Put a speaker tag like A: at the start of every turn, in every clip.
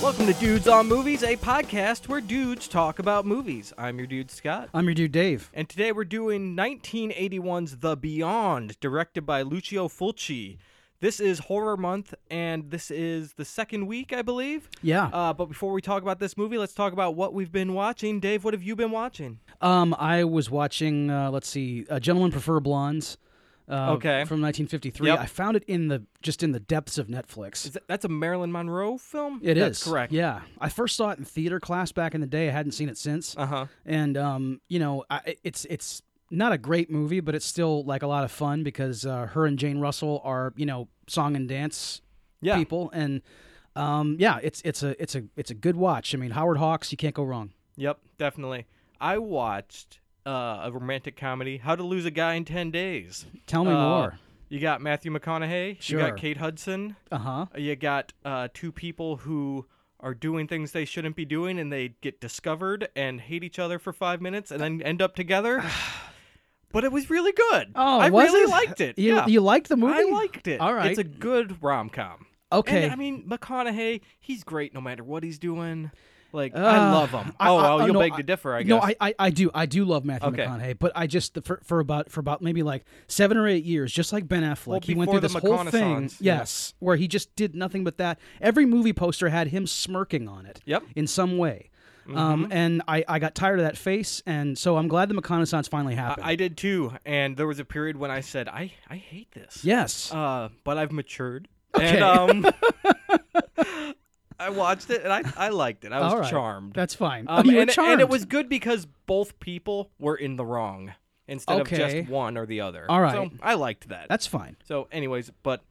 A: Welcome to Dudes on Movies, a podcast where dudes talk about movies. I'm your dude, Scott.
B: I'm your dude, Dave.
A: And today we're doing 1981's The Beyond, directed by Lucio Fulci. This is horror month, and this is the second week, I believe.
B: Yeah.
A: Uh, but before we talk about this movie, let's talk about what we've been watching. Dave, what have you been watching?
B: Um, I was watching. Uh, let's see, uh, Gentlemen Prefer Blondes. Uh,
A: Okay.
B: From 1953,
A: Yep.
B: I found it in the just in the depths of Netflix.
A: Is that, that's a Marilyn Monroe film?
B: It is
A: That's correct.
B: Yeah, I first saw it in theater class back in the day. I hadn't seen it since,
A: Uh huh.
B: and um, you know, I, it's it's not a great movie, but it's still like a lot of fun because uh, her and Jane Russell are you know song and dance
A: Yeah.
B: people, and um, yeah, it's it's a it's a it's a good watch. I mean, Howard Hawks, you can't go wrong.
A: Yep, definitely. I watched uh, a romantic comedy, How to Lose a Guy in 10 Days.
B: Tell me
A: Uh,
B: more.
A: You got Matthew McConaughey. You
B: Sure.
A: got Kate Hudson.
B: Uh huh.
A: You got uh, two people who are doing things they shouldn't be doing, and they get discovered and hate each other for five minutes, and then end up together. but it was really good.
B: Oh,
A: I
B: was
A: really
B: it?
A: liked it.
B: You,
A: yeah.
B: you liked the movie?
A: I liked it.
B: All right.
A: it's a good rom com.
B: okay.
A: And, I mean, McConaughey, he's great no matter what he's doing. Like,
B: Uh,
A: I love him. oh, well, you'll
B: no,
A: beg to differ, I guess.
B: No, I, I, I do. I do love Matthew
A: Okay.
B: McConaughey, but I just for, for about for about maybe like seven or eight years, just like Ben Affleck,
A: Well,
B: he went
A: before
B: through
A: the
B: this whole thing.
A: McConaissance, yeah.
B: Yes, where he just did nothing but that. Every movie poster had him smirking on it.
A: Yep.
B: In some way.
A: Mm-hmm.
B: Um, and I, I got tired of that face, and so I'm glad the McConaissance finally happened.
A: I, I did too, and there was a period when I said, I, I hate this.
B: yes.
A: Uh, but I've matured.
B: Okay.
A: And um, I watched it and I, I liked it. I was
B: All right.
A: charmed.
B: That's fine.
A: Um,
B: oh, you were
A: and, it-
B: charmed.
A: and it was good because both people were in the wrong instead of
B: Okay.
A: just one or the other.
B: All
A: So
B: right.
A: I liked that.
B: That's fine.
A: so, anyways, but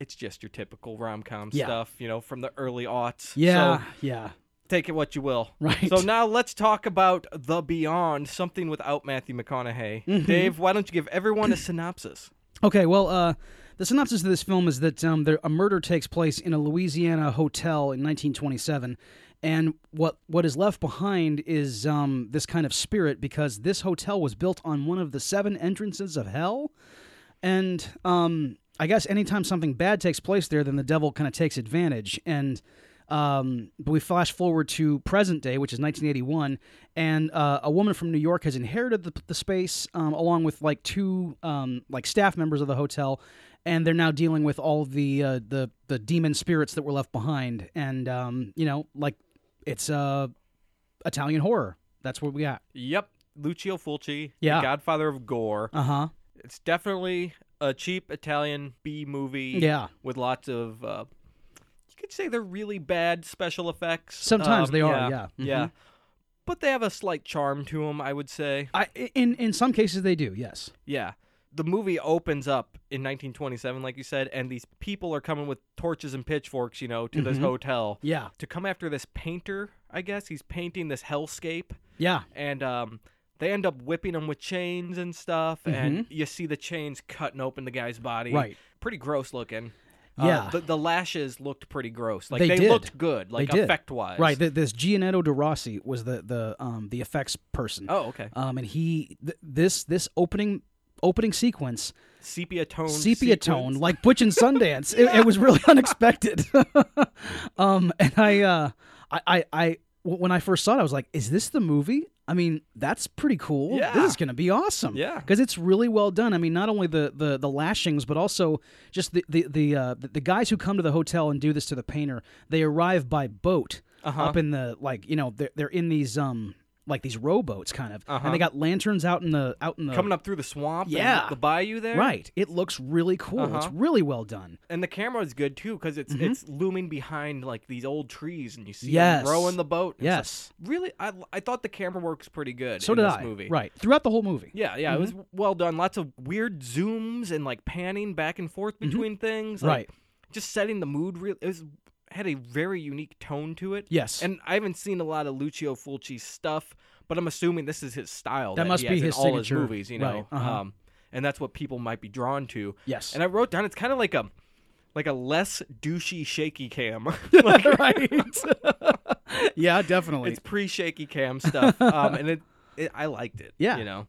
A: it's just your typical rom com
B: Yeah.
A: stuff, you know, from the early aughts.
B: Yeah.
A: So
B: yeah.
A: take it what you will.
B: Right.
A: So now let's talk about The Beyond, something without Matthew McConaughey.
B: Mm-hmm.
A: Dave, why don't you give everyone a synopsis?
B: Okay, well, uh, the synopsis of this film is that um, there, a murder takes place in a Louisiana hotel in 1927, and what what is left behind is um, this kind of spirit because this hotel was built on one of the seven entrances of hell, and um, I guess anytime something bad takes place there, then the devil kind of takes advantage and. Um, but we flash forward to present day, which is 1981, and uh, a woman from New York has inherited the, the space um, along with like two um, like staff members of the hotel, and they're now dealing with all the uh, the the demon spirits that were left behind, and um, you know like it's uh, Italian horror. That's what we got.
A: Yep. Lucio Fulci,
B: Yeah.
A: the godfather of gore.
B: Uh huh.
A: It's definitely a cheap Italian B movie
B: Yeah.
A: with lots of, uh, you could say they're really bad special effects.
B: Sometimes
A: Um,
B: they are,
A: Yeah.
B: yeah. Mm-hmm.
A: yeah. But they have a slight charm to them, I would say.
B: I in in some cases they do. Yes.
A: Yeah. The movie opens up in 1927, like you said, and these people are coming with torches and pitchforks, you know, to this hotel
B: Mm-hmm. Yeah.
A: to come after this painter, I guess. He's painting this hellscape.
B: Yeah.
A: and um, they end up whipping him with chains and stuff, and you see the chains cutting open the guy's body.
B: Mm-hmm. Right.
A: Pretty gross looking. Uh,
B: Yeah.
A: the, the lashes looked pretty gross. Like
B: They did.
A: looked good, like
B: they did.
A: effect wise.
B: Right. Th- this Gianetto De Rossi was the the um, the effects person.
A: oh, okay.
B: Um, and he th- this this opening opening sequence
A: Sepia tone.
B: sepia tone like Butch and Sundance. it, it was really unexpected. um, and I, uh, I, I, I, w- when I first saw it, I was like, "Is this the movie?" I mean, that's pretty cool.
A: Yeah.
B: This is gonna be awesome.
A: Yeah.
B: because it's really well done. I mean, not only the the, the lashings, but also just the the the, uh, the the guys who come to the hotel and do this to the painter. They arrive by boat
A: Uh-huh.
B: up in the like you know they're they're in these um like these rowboats kind of,
A: Uh-huh.
B: and they got lanterns out in the out in the
A: Coming up through the swamp. and
B: Yeah.
A: the bayou there. Uh-huh.
B: Right. It looks really cool. It's really well done.
A: And the camera is good too because it's it's looming behind like these old trees, and you see
B: Mm-hmm. Yes.
A: them rowing the boat. and stuff.
B: Yes.
A: Really, I I thought the camera works pretty good.
B: So
A: in
B: did
A: this
B: I.
A: Movie.
B: Right. Throughout the whole movie.
A: Yeah, yeah, it
B: Mm-hmm.
A: was well done. Lots of weird zooms and like panning back and forth between things. like,
B: Mm-hmm. Right.
A: Just setting the mood. Real, it was had a very unique tone to it.
B: Yes.
A: And I haven't seen a lot of Lucio Fulci stuff, but I'm assuming this is his style. That,
B: That must
A: he
B: be
A: has
B: his
A: in all his
B: signature.
A: movies. You know.
B: Right, uh-huh.
A: Um, and that's what people might be drawn to.
B: Yes.
A: And I wrote down it's kind of like a like a less douchey shaky cam. like,
B: right. yeah, definitely.
A: it's pre shaky cam stuff. Um, and it, it I liked it.
B: Yeah.
A: You know.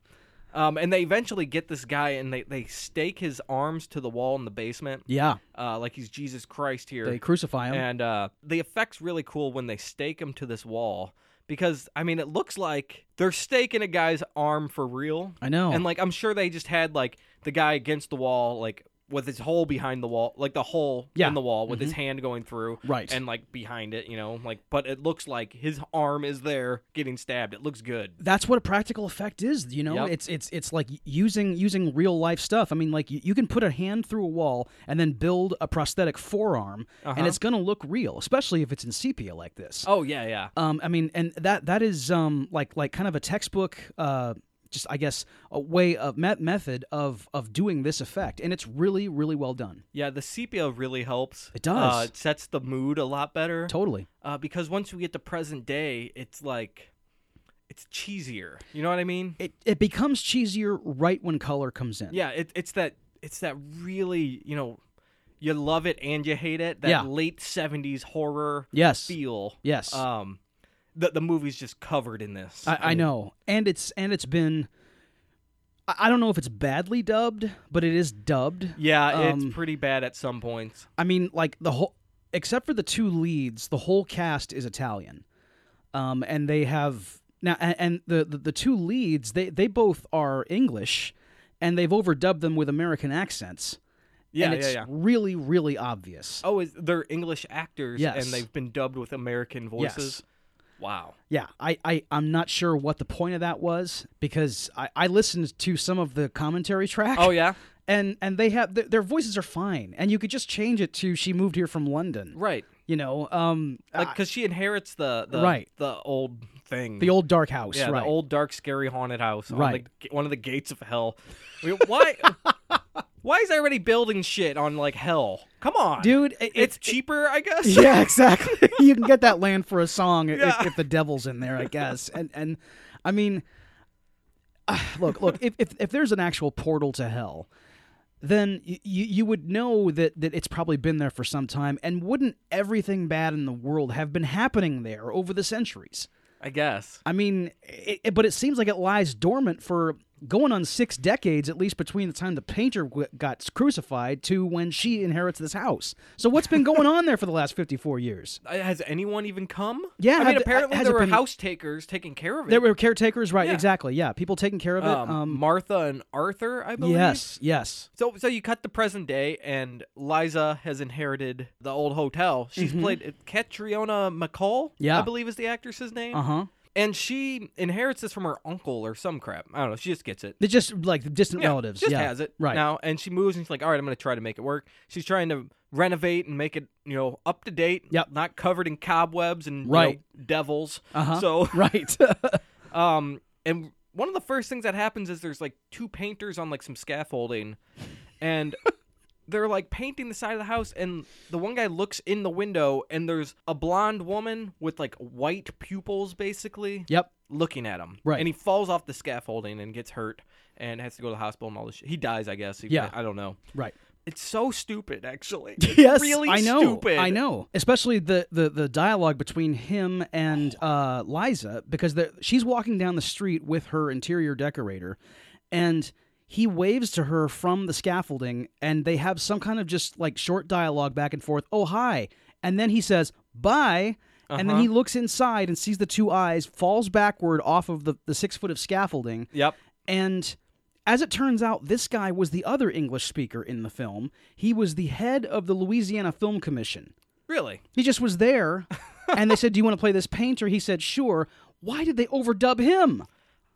A: Um, and they eventually get this guy and they, they stake his arms to the wall in the basement,
B: Yeah,
A: uh, like he's Jesus Christ here.
B: they crucify him.
A: And uh, the effect's really cool when they stake him to this wall because, I mean, it looks like they're staking a guy's arm for real.
B: I know.
A: And, like, I'm sure they just had, like, the guy against the wall, like, with his hole behind the wall, like the hole
B: Yeah. Mm-hmm.
A: in the wall with his hand going through.
B: Right.
A: And, like, behind it, you know, like, but it looks like his arm is there getting stabbed. It looks good.
B: that's what a practical effect is you know
A: Yep.
B: it's it's it's like using using real life stuff i mean like you, you can put a hand through a wall and then build a prosthetic forearm
A: Uh-huh.
B: and it's gonna look real especially if it's in sepia like this
A: Oh, yeah, yeah.
B: um i mean and that that is um like like kind of a textbook uh just i guess a way of me- method of of doing this effect and it's really really well done
A: Yeah, the sepia really helps.
B: It does.
A: Uh, it sets the mood a lot better.
B: totally
A: uh, because once we get to present day, it's like it's cheesier. You know what I mean?
B: it it becomes cheesier right when color comes in
A: Yeah, it, it's that it's that really you know you love it and you hate it. That
B: Yeah.
A: late seventies horror
B: yes
A: feel.
B: yes
A: Um, the the movie's just covered in this.
B: I, I
A: mean,
B: know, and it's and it's been. I, I don't know if it's badly dubbed, but it is dubbed.
A: Yeah,
B: Um,
A: it's pretty bad at some points.
B: I mean, like the whole, except for the two leads, the whole cast is Italian, um, and they have now, and, and the, the the two leads, they they both are English, and they've overdubbed them with American accents,
A: Yeah,
B: and
A: yeah,
B: it's
A: yeah.
B: really really obvious.
A: Oh, is, they're English actors,
B: Yes.
A: and they've been dubbed with American voices. Wow.
B: Yeah, I, I, I'm not sure what the point of that was because I, I listened to some of the commentary track.
A: Oh yeah.
B: and and they have th- their voices are fine and you could just change it to she moved here from london
A: Right.
B: you know um
A: Like
B: I-
A: because she inherits the, the
B: Right.
A: the old thing
B: the old dark house
A: Yeah,
B: right
A: the old dark, scary haunted house. on the
B: Right.
A: g- one of the gates of hell. I mean, why? why is everybody building shit on like hell? Come on,
B: dude it,
A: It's cheaper, I guess.
B: yeah exactly you can get that land for a song if-
A: Yeah.
B: if, if the devil's in there i guess and and i mean ah, look look if, if if there's an actual portal to hell then you, you would know that, that it's probably been there for some time and wouldn't everything bad in the world have been happening there over the centuries
A: I guess.
B: I mean, it, it- but it seems like it lies dormant for going on six decades at least between the time the painter w- got crucified to when she inherits this house. So what's been going on there for the last 54 years?
A: Uh, Has anyone even come?
B: Yeah,
A: I
B: have
A: mean,
B: the-
A: apparently
B: has
A: there
B: it
A: were
B: been-
A: house takers taking care of it.
B: There were caretakers, right?
A: Yeah.
B: Exactly. Yeah, people taking care of it.
A: um,
B: Um,
A: Martha and Arthur, I believe.
B: yes, yes.
A: So, so you cut the present day, and Liza has inherited the old hotel. She's played uh, Catriona McCall,
B: Mm-hmm. Yeah.
A: I believe is the actress's name.
B: Uh-huh.
A: and she inherits this from her uncle or some crap. I don't know. She just gets it.
B: They're just like distant
A: Yeah,
B: relatives.
A: just
B: yeah.
A: has it
B: Right.
A: now, and she moves and she's like, "All right, I'm going to try to make it work." She's trying to renovate and make it, you know, up to date.
B: Yep.
A: Not covered in cobwebs and you know,
B: Right.
A: devils.
B: Uh-huh.
A: So,
B: right.
A: um, and one of the first things that happens is there's like two painters on like some scaffolding, and. They're like painting the side of the house, and the one guy looks in the window, and there's a blonde woman with like white pupils, basically
B: yep.
A: looking at him.
B: Right.
A: And he falls off the scaffolding and gets hurt and has to go to the hospital and all this shit. He dies, I guess. He-
B: Yeah.
A: I don't know.
B: Right.
A: It's so stupid, actually. It's
B: Yes,
A: really
B: I know.
A: stupid.
B: I know, especially the the, the dialogue between him and uh, Liza because the, she's walking down the street with her interior decorator, and he waves to her from the scaffolding, and they have some kind of just like short dialogue back and forth. Oh hi, and then he says bye. And then he
A: Uh-huh.
B: looks inside and sees the two eyes, falls backward off of the, the six foot of scaffolding,
A: Yep.
B: and as it turns out, this guy was the other English speaker in the film. He was the head of the Louisiana Film Commission.
A: Really.
B: He just was there, and they said, Do you want to play this painter? He said, Sure. Why did they overdub him?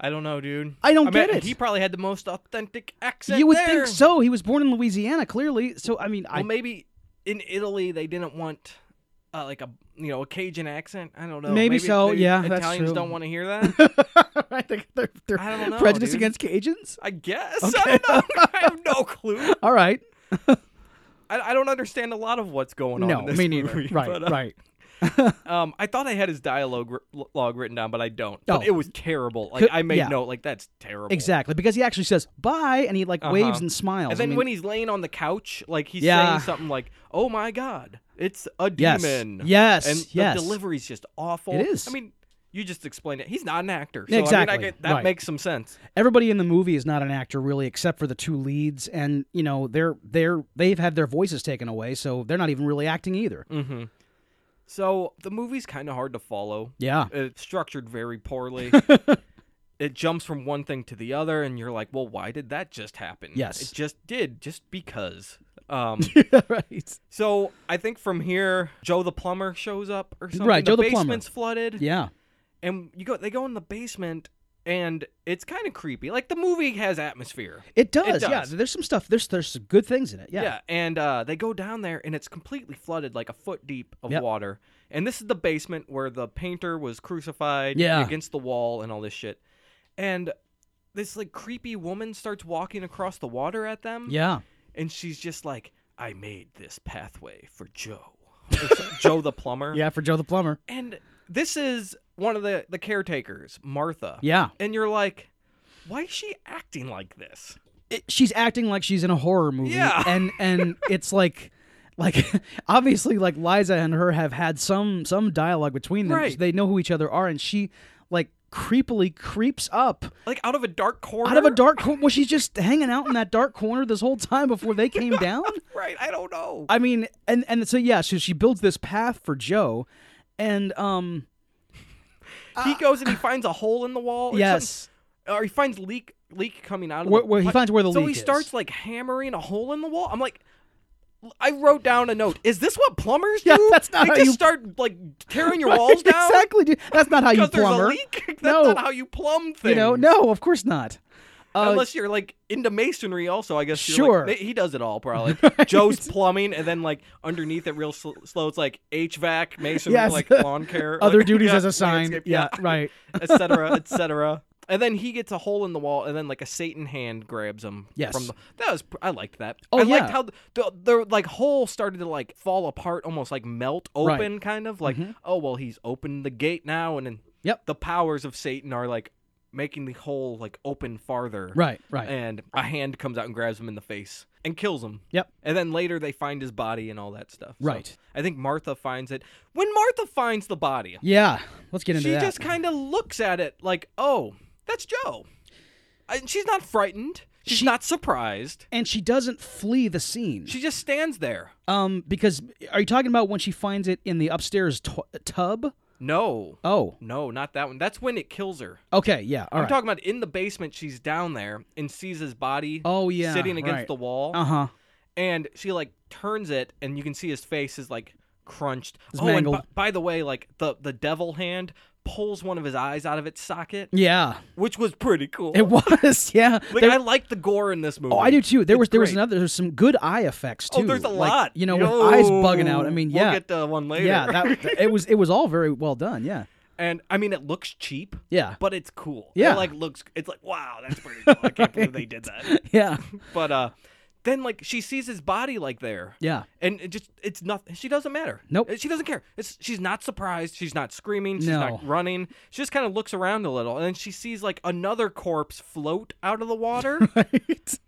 A: I don't know, dude.
B: I don't
A: mean,
B: get it.
A: He probably had the most authentic accent.
B: you would
A: there.
B: think so. He was born in Louisiana, clearly. So, I mean, I.
A: Well, maybe in Italy they didn't want uh, like a you know a Cajun accent. I don't know.
B: Maybe so, yeah, that's
A: Italians
B: true.
A: don't want to hear that.
B: I think they're, they're
A: I don't know,
B: prejudiced
A: dude.
B: against Cajuns?
A: I guess. I don't know. I have no clue.
B: All right.
A: I, I don't understand a lot of what's going on.
B: No,
A: in this
B: me neither.
A: movie,
B: right,
A: but, uh,
B: right.
A: Um, I thought I had his dialogue r- log written down, but I don't.
B: Oh.
A: But it was terrible. Like
B: Could-
A: I made
B: yeah.
A: note, like that's terrible.
B: Exactly. Because he actually says, Bye, and he, like, waves
A: Uh-huh.
B: and smiles.
A: And
B: I
A: then
B: mean,
A: when he's laying on the couch, like he's
B: Yeah.
A: saying something like, "Oh my god, it's a
B: Yes.
A: demon."
B: Yes,
A: And
B: yes.
A: the delivery's just awful.
B: It is.
A: I mean, You just explained it. He's not an actor. So, I
B: Exactly,
A: mean, I get, that
B: right.
A: makes some sense.
B: Everybody in the movie is not an actor really, except for the two leads, and you know they're they're they've had their voices taken away, so they're not even really acting either.
A: Mm-hmm. So the movie's kind of hard to follow.
B: Yeah,
A: It's structured very poorly. it jumps from one thing to the other, and you're like, well, why did that just happen?
B: Yes.
A: It just did, just because. Um,
B: right.
A: so I think from here, Joe the plumber shows up or something.
B: Right, Joe
A: the
B: the plumber.
A: basement's flooded.
B: Yeah,
A: and you go they go in the basement and it's kind of creepy like the movie has atmosphere
B: it does. Yeah,
A: does.
B: there's some stuff. There's there's some good things in it. Yeah,
A: and uh, they go down there and it's completely flooded like a foot deep of
B: Yep.
A: water and this is the basement where the painter was crucified
B: Yeah.
A: against the wall and all this shit and this like creepy woman starts walking across the water at them
B: yeah.
A: and she's just like i made this pathway for joe Or so- joe the plumber
B: Yeah, for Joe the plumber.
A: and this is one of the the caretakers martha
B: Yeah,
A: and you're like, why is she acting like this?
B: It- she's acting like she's in a horror movie.
A: Yeah.
B: and and it's like. Like obviously, like Liza and her have had some some dialogue between them.
A: Right.
B: They know who each other are, and she like creepily creeps up
A: Like out of a dark corner?
B: out of a dark corner. Was she just hanging out in that dark corner this whole time before they came down?
A: Right, I don't know.
B: I mean, and and so yeah, so she builds this path for Joe, and um,
A: he goes and he finds a hole in the
B: Oh,
A: wall. Or
B: Uh, yes,
A: something- or he finds leak leak coming out of
B: where,
A: the
B: where he
A: pipe.
B: finds where the
A: so
B: leak
A: he
B: is.
A: starts like hammering a hole in the wall. I'm like, I wrote down a note. Is this what plumbers do?
B: Yeah, that's not
A: they
B: how
A: just
B: you-
A: start like tearing your walls down
B: exactly, dude. That's not how you
A: because there's
B: plumber.
A: a leak. that's
B: No.
A: not how you plumb things.
B: You know, no, of course not. Uh,
A: Unless you're like into masonry, also I guess. you're,
B: Sure.
A: like, they- he does it all probably. Joe's plumbing, and then like underneath it, real sl- slow. It's like HVAC, masonry,
B: Yes.
A: like lawn care,
B: other
A: like,
B: duties
A: yeah,
B: as assigned.
A: landscape,
B: yeah, right.
A: etc. etc. And then he gets a hole in the wall, and then like a Satan hand grabs him.
B: Yes.
A: from the, that was pr- I liked that.
B: Oh,
A: I liked
B: yeah.
A: how the, the, the like hole started to like fall apart, almost like melt
B: Right. Mm-hmm.
A: open, kind of like oh well, he's opened the gate now, and then
B: Yep.
A: the powers of Satan are like making the hole like open farther.
B: Right, right.
A: And a hand comes out and grabs him in the face and kills him.
B: Yep.
A: And then later they find his body and all that stuff. So
B: Right.
A: I think Martha finds it. When Martha finds the body,
B: Yeah, let's get into
A: she
B: that.
A: just kind of looks at it like, "Oh, that's Joe." And she's not frightened. She's
B: She-
A: not surprised.
B: and she doesn't flee the scene.
A: She just stands there.
B: um, because are you talking about when she finds it in the upstairs t- tub?
A: No.
B: Oh,
A: No, not that one. That's when it kills her.
B: okay, yeah,
A: I'm
B: all right.
A: talking about in the basement. She's down there and sees his body.
B: Oh, yeah,
A: sitting against
B: right.
A: the wall,
B: uh huh.
A: and she like turns it, and you can see his face is like crunched.
B: It's
A: oh, and
B: mangled.
A: b- by the way, like the the devil hand pulls one of his eyes out of its socket,
B: Yeah,
A: which was pretty cool.
B: Mm. it was. Yeah,
A: like
B: There-
A: I like the gore in this movie.
B: Oh, I do too. There was there was
A: great.
B: another. There's some good eye effects too.
A: Oh, there's a
B: Like,
A: lot.
B: You know, with eyes bugging out. I
A: Yo,
B: mean, yeah,
A: We'll get to one later.
B: yeah. That, that- it was it was all very well done. Yeah,
A: and I mean, it looks cheap.
B: Yeah.
A: But it's cool.
B: Yeah.
A: It like looks. It's like wow, that's pretty cool. I can't believe they did that.
B: yeah,
A: But uh, then like she sees his body like there.
B: yeah.
A: And it just it's nothing. She doesn't matter.
B: Nope.
A: She doesn't care. It's she's not surprised. She's not screaming. She's
B: No.
A: not running. She just kind of looks around a little, and then she sees like another corpse float out of the water.
B: Right.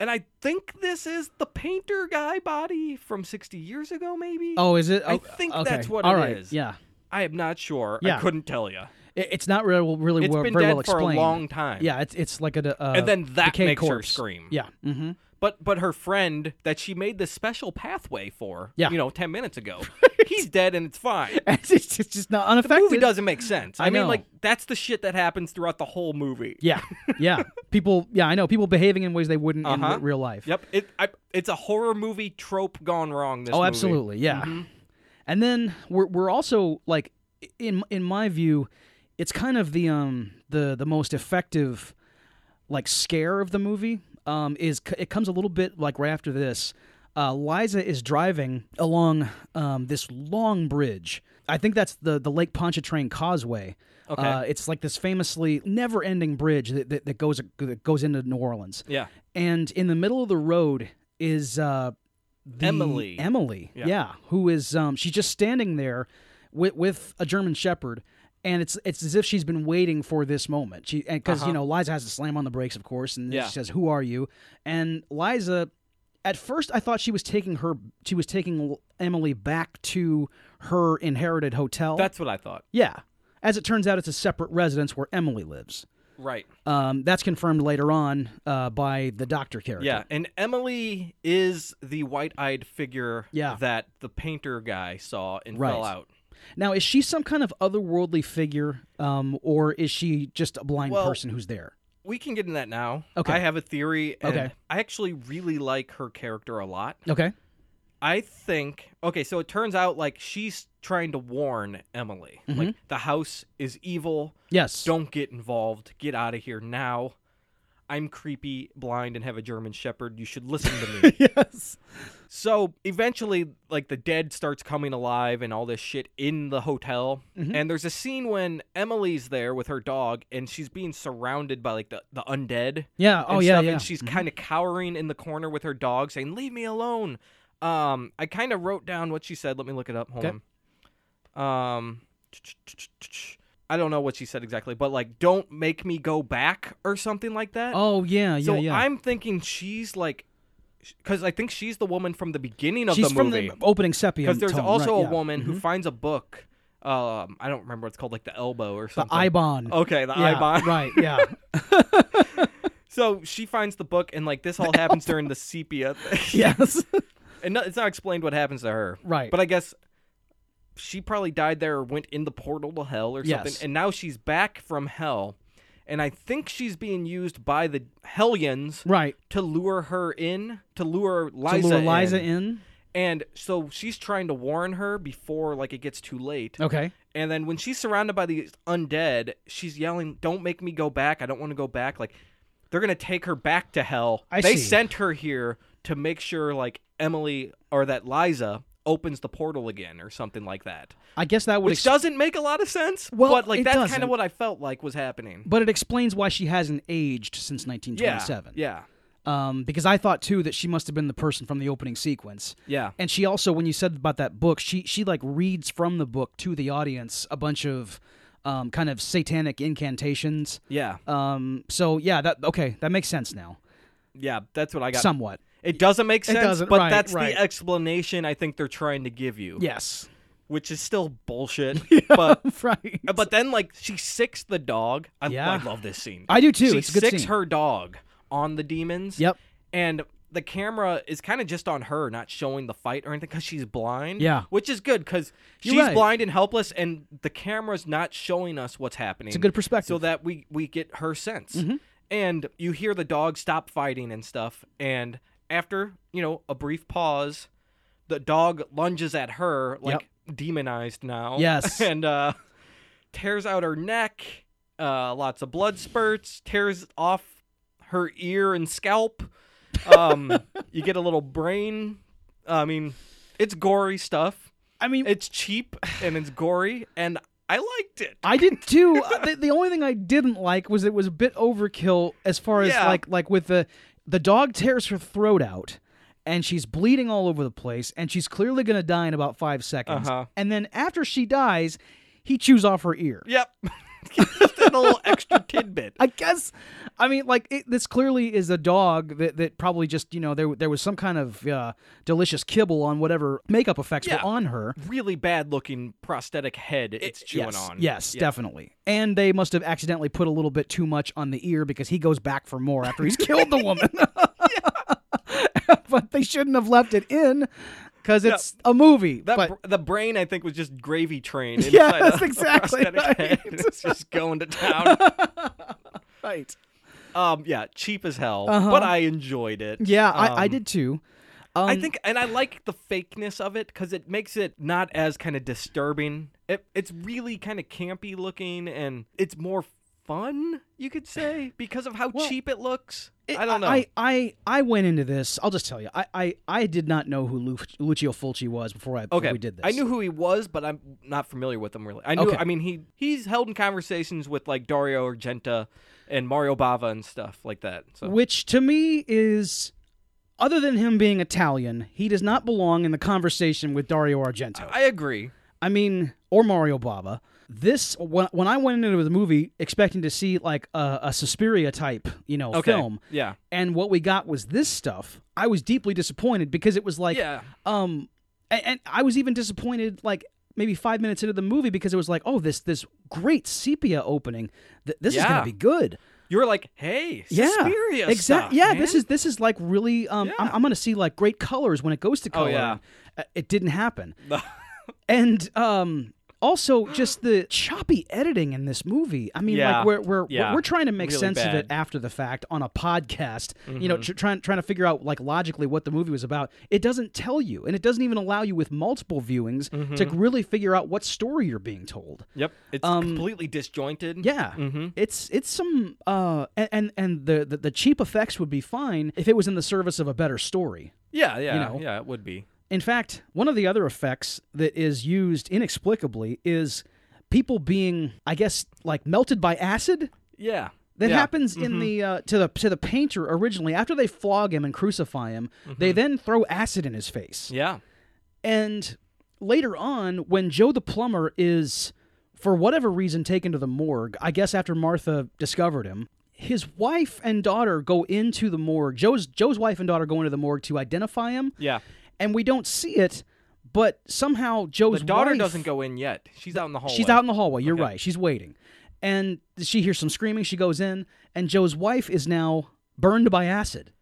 A: and I think this is the painter guy body from sixty years ago, maybe.
B: Oh, is it?
A: I
B: Oh,
A: think
B: okay.
A: that's what
B: All
A: it
B: right.
A: is.
B: Yeah,
A: I am not sure. I
B: Yeah.
A: couldn't tell you.
B: it, it's not real, really
A: It's
B: well,
A: been
B: very
A: dead
B: well
A: for
B: explained.
A: a long time.
B: Yeah, it's it's like a uh,
A: And then that
B: decayed
A: makes her
B: corpse.
A: scream.
B: Yeah. Mm-hmm.
A: But but her friend that she made this special pathway for,
B: Yeah.
A: you know, 10 minutes ago, he's dead and it's fine.
B: it's, just- it's just not unaffected.
A: Movie doesn't make sense. I,
B: I
A: mean,
B: know.
A: like that's the shit that happens throughout the whole movie.
B: Yeah, yeah. People. Yeah, I know people behaving in ways they wouldn't in
A: Uh-huh.
B: re- real life.
A: Yep. It I, it's a horror movie trope gone wrong. This
B: Oh,
A: movie. Mm-hmm.
B: absolutely, yeah. And then we're we're also like in in my view, it's kind of the um the the most effective like scare of the movie um is c- it comes a little bit like right after this. Uh, Liza is driving along um, this long bridge. I think that's the the Lake Pontchartrain Causeway.
A: Okay.
B: Uh, it's like this famously never-ending bridge that, that, that goes that goes into New Orleans.
A: Yeah.
B: And in the middle of the road is uh, the-
A: Emily.
B: Emily,
A: Yeah.
B: yeah. who is um, she's just standing there with with a German Shepherd, and it's it's as if she's been waiting for this moment. She because you know Liza has to slam on the brakes, of course, and then
A: Uh-huh. Yeah.
B: she says, "Who are you?" And Liza, at first, I thought she was taking her she was taking Emily back to her inherited hotel. Oh.
A: That's what I thought.
B: yeah. As it turns out, it's a separate residence where Emily lives.
A: Right.
B: Um, that's confirmed later on uh, by the doctor character.
A: Yeah, and Emily is the white-eyed figure
B: Yeah.
A: that the painter guy saw and fell
B: Right.
A: out.
B: Now, is she some kind of otherworldly figure, um, or is she just a blind
A: Well-
B: person who's there?
A: We can get in that now.
B: Okay.
A: I have a theory. And
B: Okay.
A: I actually really like her character a lot.
B: Okay.
A: I think okay, so it turns out like she's trying to warn Emily.
B: Mm-hmm.
A: Like the house is evil.
B: Yes.
A: Don't get involved. Get out of here now. I'm creepy, blind, and have a German shepherd. You should listen to me.
B: yes.
A: so eventually, like the dead starts coming alive and all this shit in the hotel.
B: Mm-hmm.
A: And there's a scene when Emily's there with her dog and she's being surrounded by like the, the undead
B: Yeah. Oh
A: and
B: yeah.
A: stuff,
B: Yeah.
A: And she's kind of cowering in the corner with her dog, saying, "Leave me alone." Um, I kind of wrote down what she said. Let me look it up. Hold
B: Okay.
A: on. Um, I don't know what she said exactly, but like, "Don't make me go back" or something like that.
B: oh yeah. Yeah.
A: so
B: yeah.
A: I'm thinking she's like, because I think she's the woman from the beginning of
B: She's
A: the
B: from
A: movie.
B: the opening sepia.
A: Because there's
B: tone,
A: also a
B: right, yeah. Mm-hmm.
A: woman who finds a book. Um, I don't remember what it's called, like the elbow or
B: The
A: something.
B: Ibon.
A: Okay, the
B: yeah,
A: eyebon.
B: right. Yeah.
A: So she finds the book, and like this all happens during the sepia. Thing.
B: yes.
A: And no, it's not explained what happens to her.
B: Right.
A: But I guess she probably died there or went in the portal to hell or something.
B: Yes.
A: And now she's back from hell. And I think she's being used by the Hellions
B: right.
A: to lure her in, to lure
B: To
A: Liza,
B: lure Liza
A: in.
B: in.
A: And so she's trying to warn her before like it gets too late.
B: Okay.
A: And then when she's surrounded by these undead, she's yelling, "Don't make me go back. I don't want to go back." Like they're going to take her back to hell.
B: I
A: they
B: see.
A: sent her here to make sure like Emily or that Liza opens the portal again or something like that.
B: I guess that would.
A: Which
B: ex-
A: doesn't make a lot of sense,
B: Well,
A: but like
B: it
A: that's kind
B: doesn't.
A: of what I felt like was happening.
B: but it explains why she hasn't aged since
A: Yeah.
B: 1927.
A: Yeah.
B: Um, because I thought too that she must have been the person from the opening sequence.
A: Yeah.
B: And she also, when you said about that book, she she like reads from the book to the audience a bunch of um, kind of satanic incantations.
A: Yeah.
B: Um, so yeah, that okay, that makes sense now,
A: Yeah, that's what I got.
B: somewhat.
A: it doesn't make sense,
B: doesn't,
A: but
B: right,
A: that's
B: right.
A: the explanation I think they're trying to give you,
B: Yes,
A: which is still bullshit, but
B: right.
A: Uh, But then, like, she sicks the dog. I,
B: Yeah.
A: I love this scene.
B: I do too.
A: She
B: It's a good
A: sicks
B: scene.
A: her dog on the demons.
B: Yep.
A: And the camera is kind of just on her, not showing the fight or anything, because she's blind.
B: Yeah.
A: Which is good, because
B: You're
A: she's
B: right.
A: blind and helpless, and the camera's not showing us what's happening. It's
B: a good perspective.
A: So that we, we get her sense. And you hear the dog stop fighting and stuff. And after, you know, a brief pause, the dog lunges at her, like, demonized now.
B: Yes.
A: and, uh, tears out her neck, uh, lots of blood spurts, tears off her ear and scalp. Um, you get a little brain. I mean, it's gory stuff.
B: I mean,
A: It's cheap and it's gory, and I liked it.
B: I did too. Uh, the, the only thing I didn't like was it was a bit overkill as far as
A: Yeah.
B: like like with the the dog tears her throat out and she's bleeding all over the place and she's clearly going to die in about 5 seconds.
A: Uh-huh.
B: And then after she dies, he chews off her ear.
A: Yep. Just a little extra tidbit.
B: I guess I mean like it, this clearly is a dog that, that probably just, you know, there there was some kind of uh, delicious kibble on whatever makeup effects
A: Yeah.
B: were on her.
A: Really bad looking prosthetic head it's chewing
B: yes,
A: on.
B: Yes,
A: Yeah.
B: definitely. And they must have accidentally put a little bit too much on the ear because he goes back for more after he's killed the woman. but they shouldn't have left it in because it's a movie.
A: That
B: but
A: br- the brain, I think, was just gravy train. Inside
B: Yes,
A: a- a
B: exactly
A: prosthetic
B: right.
A: head. It's just going to town.
B: right.
A: Um, yeah, cheap as hell, but I enjoyed it.
B: Uh-huh. Yeah,
A: Um,
B: I, I did too. Um,
A: I think, and I like the fakeness of it because it makes it not as kind of disturbing. It, it's really kind of campy looking, and it's more fun, you could say, because of how cheap it looks. I don't know.
B: I, I, I went into this. I'll just tell you. I, I, I did not know who Lu- Lucio Fulci was before I before
A: okay,
B: we did this.
A: I knew who he was, but I'm not familiar with him really. I knew.
B: Okay.
A: I mean, he he's held in conversations with like Dario Argento and Mario Bava and stuff like that. So
B: which to me is other than him being Italian, he does not belong in the conversation with Dario Argento.
A: I agree.
B: I mean, or Mario Bava. This when when I went into the movie expecting to see like a, a Suspiria type, you know,
A: Okay.
B: film,
A: Yeah.
B: and what we got was this stuff. I was deeply disappointed because it was like,
A: Yeah.
B: um, and, and I was even disappointed like maybe five minutes into the movie because it was like, oh, this this great sepia opening. Th- this is
A: Yeah.
B: gonna be good.
A: You were like, hey,
B: Yeah,
A: Suspiria
B: exact-
A: stuff,
B: Yeah, this
A: man.
B: is this is like really. Um, I'm,
A: Yeah.
B: I'm gonna see like great colors when it goes to
A: Oh,
B: color.
A: yeah.
B: Uh, It didn't happen. and um also just the choppy editing in this movie i mean
A: Yeah.
B: like we're we're,
A: Yeah.
B: we're trying to make
A: Really
B: sense of it
A: bad. Mm-hmm.
B: after the fact on a podcast you know tr- trying trying to figure out like logically what the movie was about it doesn't tell you and it doesn't even allow you with multiple viewings to
A: Mm-hmm.
B: really figure out what story you're being told
A: Yep, it's
B: Um,
A: completely disjointed.
B: yeah,
A: Mm-hmm.
B: it's it's some uh and and, and the, the the cheap effects would be fine if it was in the service of a better story.
A: yeah, yeah,
B: know.
A: yeah. It would be.
B: In fact, one of the other effects that is used inexplicably is people being, I guess, like melted by acid.
A: Yeah,
B: That
A: yeah.
B: happens in the uh, to the to the painter originally. After they flog him and crucify him, they then throw acid in his face.
A: Yeah,
B: And later on, when Joe the plumber is, for whatever reason, taken to the morgue, I guess after Martha discovered him, his wife and daughter go into the morgue. Joe's Joe's wife and daughter go into the morgue to identify him
A: yeah.
B: and we don't see it, but somehow Joe's
A: The daughter
B: wife-
A: doesn't go in yet. She's out in the hallway.
B: She's out in the hallway. You're right. She's waiting, and she hears some screaming. She goes in, and Joe's wife is now burned by acid.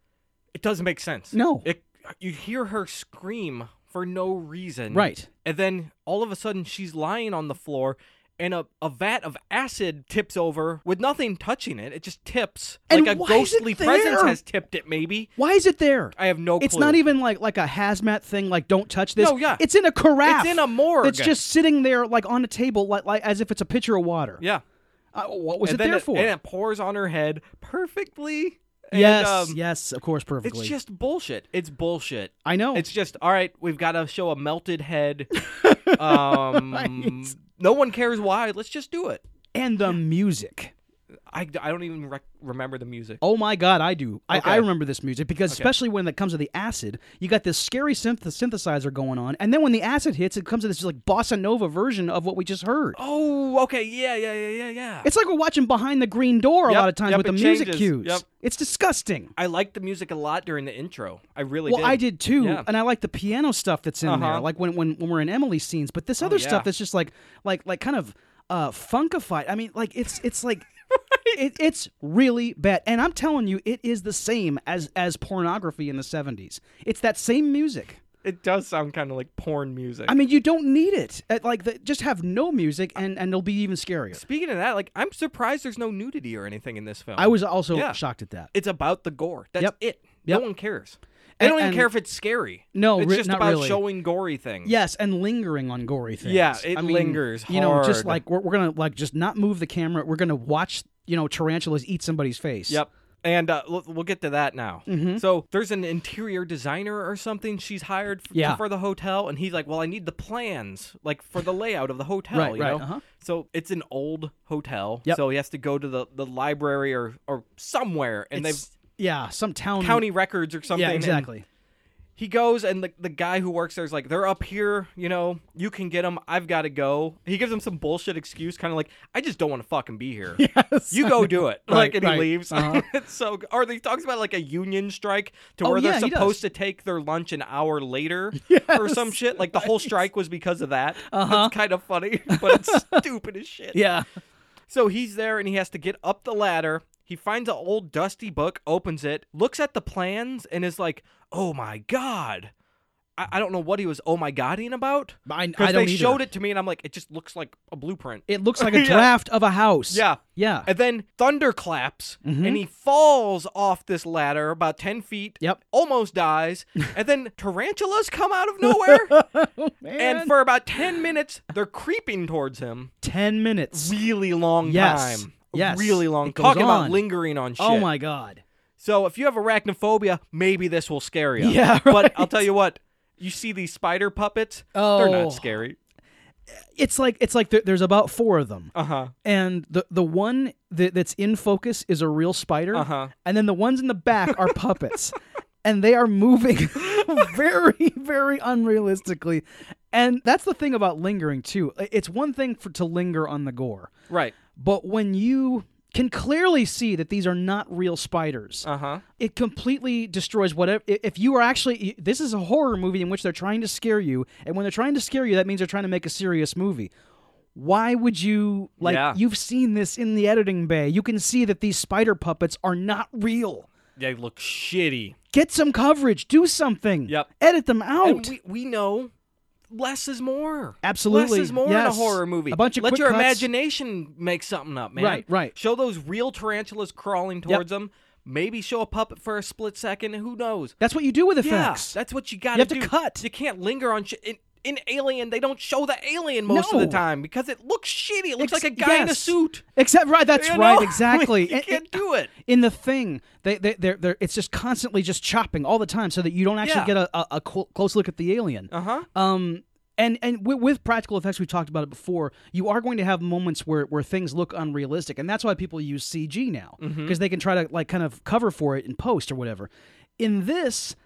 A: It doesn't make sense.
B: No.
A: It, you hear her scream for no reason.
B: Right.
A: And then all of a sudden she's lying on the floor and a, a vat of acid tips over with nothing touching it. It just tips.
B: And
A: like a
B: why is it
A: ghostly presence
B: there?
A: has tipped it, maybe.
B: Why is it there?
A: I have no
B: It's
A: clue.
B: not even like like a hazmat thing. Like don't touch this.
A: No, yeah.
B: It's in a carafe.
A: It's in a morgue.
B: It's just sitting there like on a table, like, like as if it's a pitcher of water.
A: Yeah.
B: Uh, what was
A: and
B: it
A: then
B: there
A: it,
B: for?
A: and it pours on her head perfectly. And,
B: yes,
A: um,
B: yes, of course, perfectly.
A: It's just bullshit. It's bullshit.
B: I know.
A: It's just all right. We've got to show a melted head. Um, No one cares why. Let's just do it.
B: and the music.
A: I, I don't even rec- remember the music.
B: Oh my God, I do. I, I
A: Okay.
B: remember this music because, especially when it comes to the acid, you got this scary synth- synthesizer going on, and then when the acid hits, it comes to this like bossa nova version of what we just heard.
A: Oh, okay, yeah, yeah, yeah, yeah, yeah.
B: It's like we're watching behind the green door a
A: Yep,
B: lot of times
A: yep,
B: with the
A: it
B: music
A: changes.
B: cues.
A: Yep.
B: It's disgusting.
A: I liked the music a lot during the intro. I really
B: Well,
A: did.
B: I did too,
A: Yeah.
B: and I like the piano stuff that's in there,
A: Uh-huh. Oh,
B: like when, when when we're in Emily's scenes. But this other stuff
A: yeah.
B: that's just like like like kind of uh, funkified. I mean, like it's it's like it, it's really bad. And I'm telling you, it is the same as as pornography in the '70s. It's that same music.
A: It does sound kind of like porn music.
B: I mean, you don't need it. Uh, Like, the, just have no music, and and it'll be even scarier.
A: Speaking of that, like I'm surprised there's no nudity or anything in this film.
B: I was also
A: Yeah.
B: shocked at that.
A: It's about the gore. That's
B: Yep.
A: it.
B: Yep.
A: No one cares. They
B: And-
A: don't even
B: and-
A: care if it's scary.
B: No,
A: it's
B: re-
A: just
B: not
A: about
B: really.
A: showing gory things.
B: Yes, and lingering on gory things.
A: Yeah, it
B: I mean,
A: lingers
B: You know,
A: hard.
B: just like we're, we're gonna like just not move the camera. We're gonna watch you know tarantulas eat somebody's face.
A: Yep. And uh, we'll- we'll get to that now.
B: Mm-hmm.
A: So there's an interior designer or something she's hired f-
B: Yeah.
A: for the hotel, and he's like, "Well, I need the plans, like for the layout of the hotel."
B: Right,
A: you
B: right,
A: know?
B: uh-huh.
A: So it's an old hotel,
B: Yep.
A: so he has to go to the, the library or or somewhere, and
B: It's- yeah, some town
A: they've county records or something.
B: Yeah,
A: and
B: exactly.
A: He goes, and the the guy who works there's like, "They're up here, you know. You can get them. I've got to go." He gives him some bullshit excuse, kind of like, "I just don't want to fucking be here."
B: Yes.
A: You go do it.
B: Right,
A: like, and
B: right.
A: he leaves.
B: Uh-huh.
A: it's so, or he talks about like a union strike to
B: Oh,
A: where
B: yeah,
A: they're
B: he does.
A: supposed to take their lunch an hour later or some shit. Like the whole strike was because of that.
B: Uh-huh.
A: It's kind of funny, but it's stupid as shit.
B: yeah.
A: So he's there and he has to get up the ladder. He finds an old dusty book, opens it, looks at the plans, and is like, oh my God. I, I don't know what he was oh my godding about.
B: I, I
A: Because
B: don't
A: they
B: either.
A: showed it to me and I'm like, it just looks like a blueprint.
B: It looks like a
A: Yeah.
B: draft of a house.
A: yeah.
B: Yeah.
A: And then thunder claps,
B: Mm-hmm.
A: and he falls off this ladder about 10 feet.
B: Yep.
A: Almost dies. and then tarantulas come out of nowhere. and
B: Oh, Man.
A: for about 10 minutes, they're creeping towards him.
B: ten minutes.
A: Really long
B: Yes.
A: time.
B: Yes.
A: Really long.
B: It goes
A: Talking
B: on.
A: about lingering on shit.
B: Oh my god.
A: So if you have arachnophobia, maybe this will scare you.
B: Yeah,
A: But
B: right.
A: I'll tell you what. You see these spider puppets? They're
B: Oh.
A: not scary.
B: It's like it's like there, there's about four of them.
A: Uh-huh.
B: and the the one that, that's in focus is a real spider,
A: Uh-huh.
B: and then the ones in the back are puppets, and they are moving very very unrealistically, and that's the thing about lingering too. It's one thing for to linger on the gore,
A: Right.
B: but when you can clearly see that these are not real spiders.
A: Uh huh.
B: it completely destroys whatever. i- If you are actually, this is a horror movie in which they're trying to scare you, and when they're trying to scare you, that means they're trying to make a serious movie. Why would you like?
A: Yeah.
B: You've seen this in the editing bay. You can see that these spider puppets are not real.
A: They look shitty.
B: Get some coverage. Do something.
A: Yep.
B: Edit them
A: And
B: out.
A: we, we know less is more.
B: Absolutely,
A: Less is more in a
B: yes.
A: horror movie.
B: A bunch of
A: Let
B: quick
A: your
B: cuts.
A: imagination make something up, man.
B: Right, right.
A: Show those real tarantulas crawling towards them. Maybe show a puppet for a split second. Who knows?
B: That's what you do with
A: yeah,
B: effects.
A: that's what you got
B: have to
A: do.
B: cut.
A: You can't linger on shit. In, in Alien, they don't show the alien most
B: No.
A: of the time because it looks shitty. It looks
B: Ex-
A: like a guy in a
B: yes.
A: suit.
B: Except right. That's
A: You
B: right.
A: know?
B: Exactly.
A: you
B: And-
A: can't
B: and-
A: do it.
B: in the thing they, they they're, they're it's just constantly just chopping all the time so that you don't actually
A: Yeah.
B: get a, a, a cl- close look at the alien
A: Uh huh.
B: um and and wi- with practical effects we've talked about it before you are going to have moments where where things look unrealistic and that's why people use cg now because
A: Mm-hmm.
B: they can try to like kind of cover for it in post or whatever in this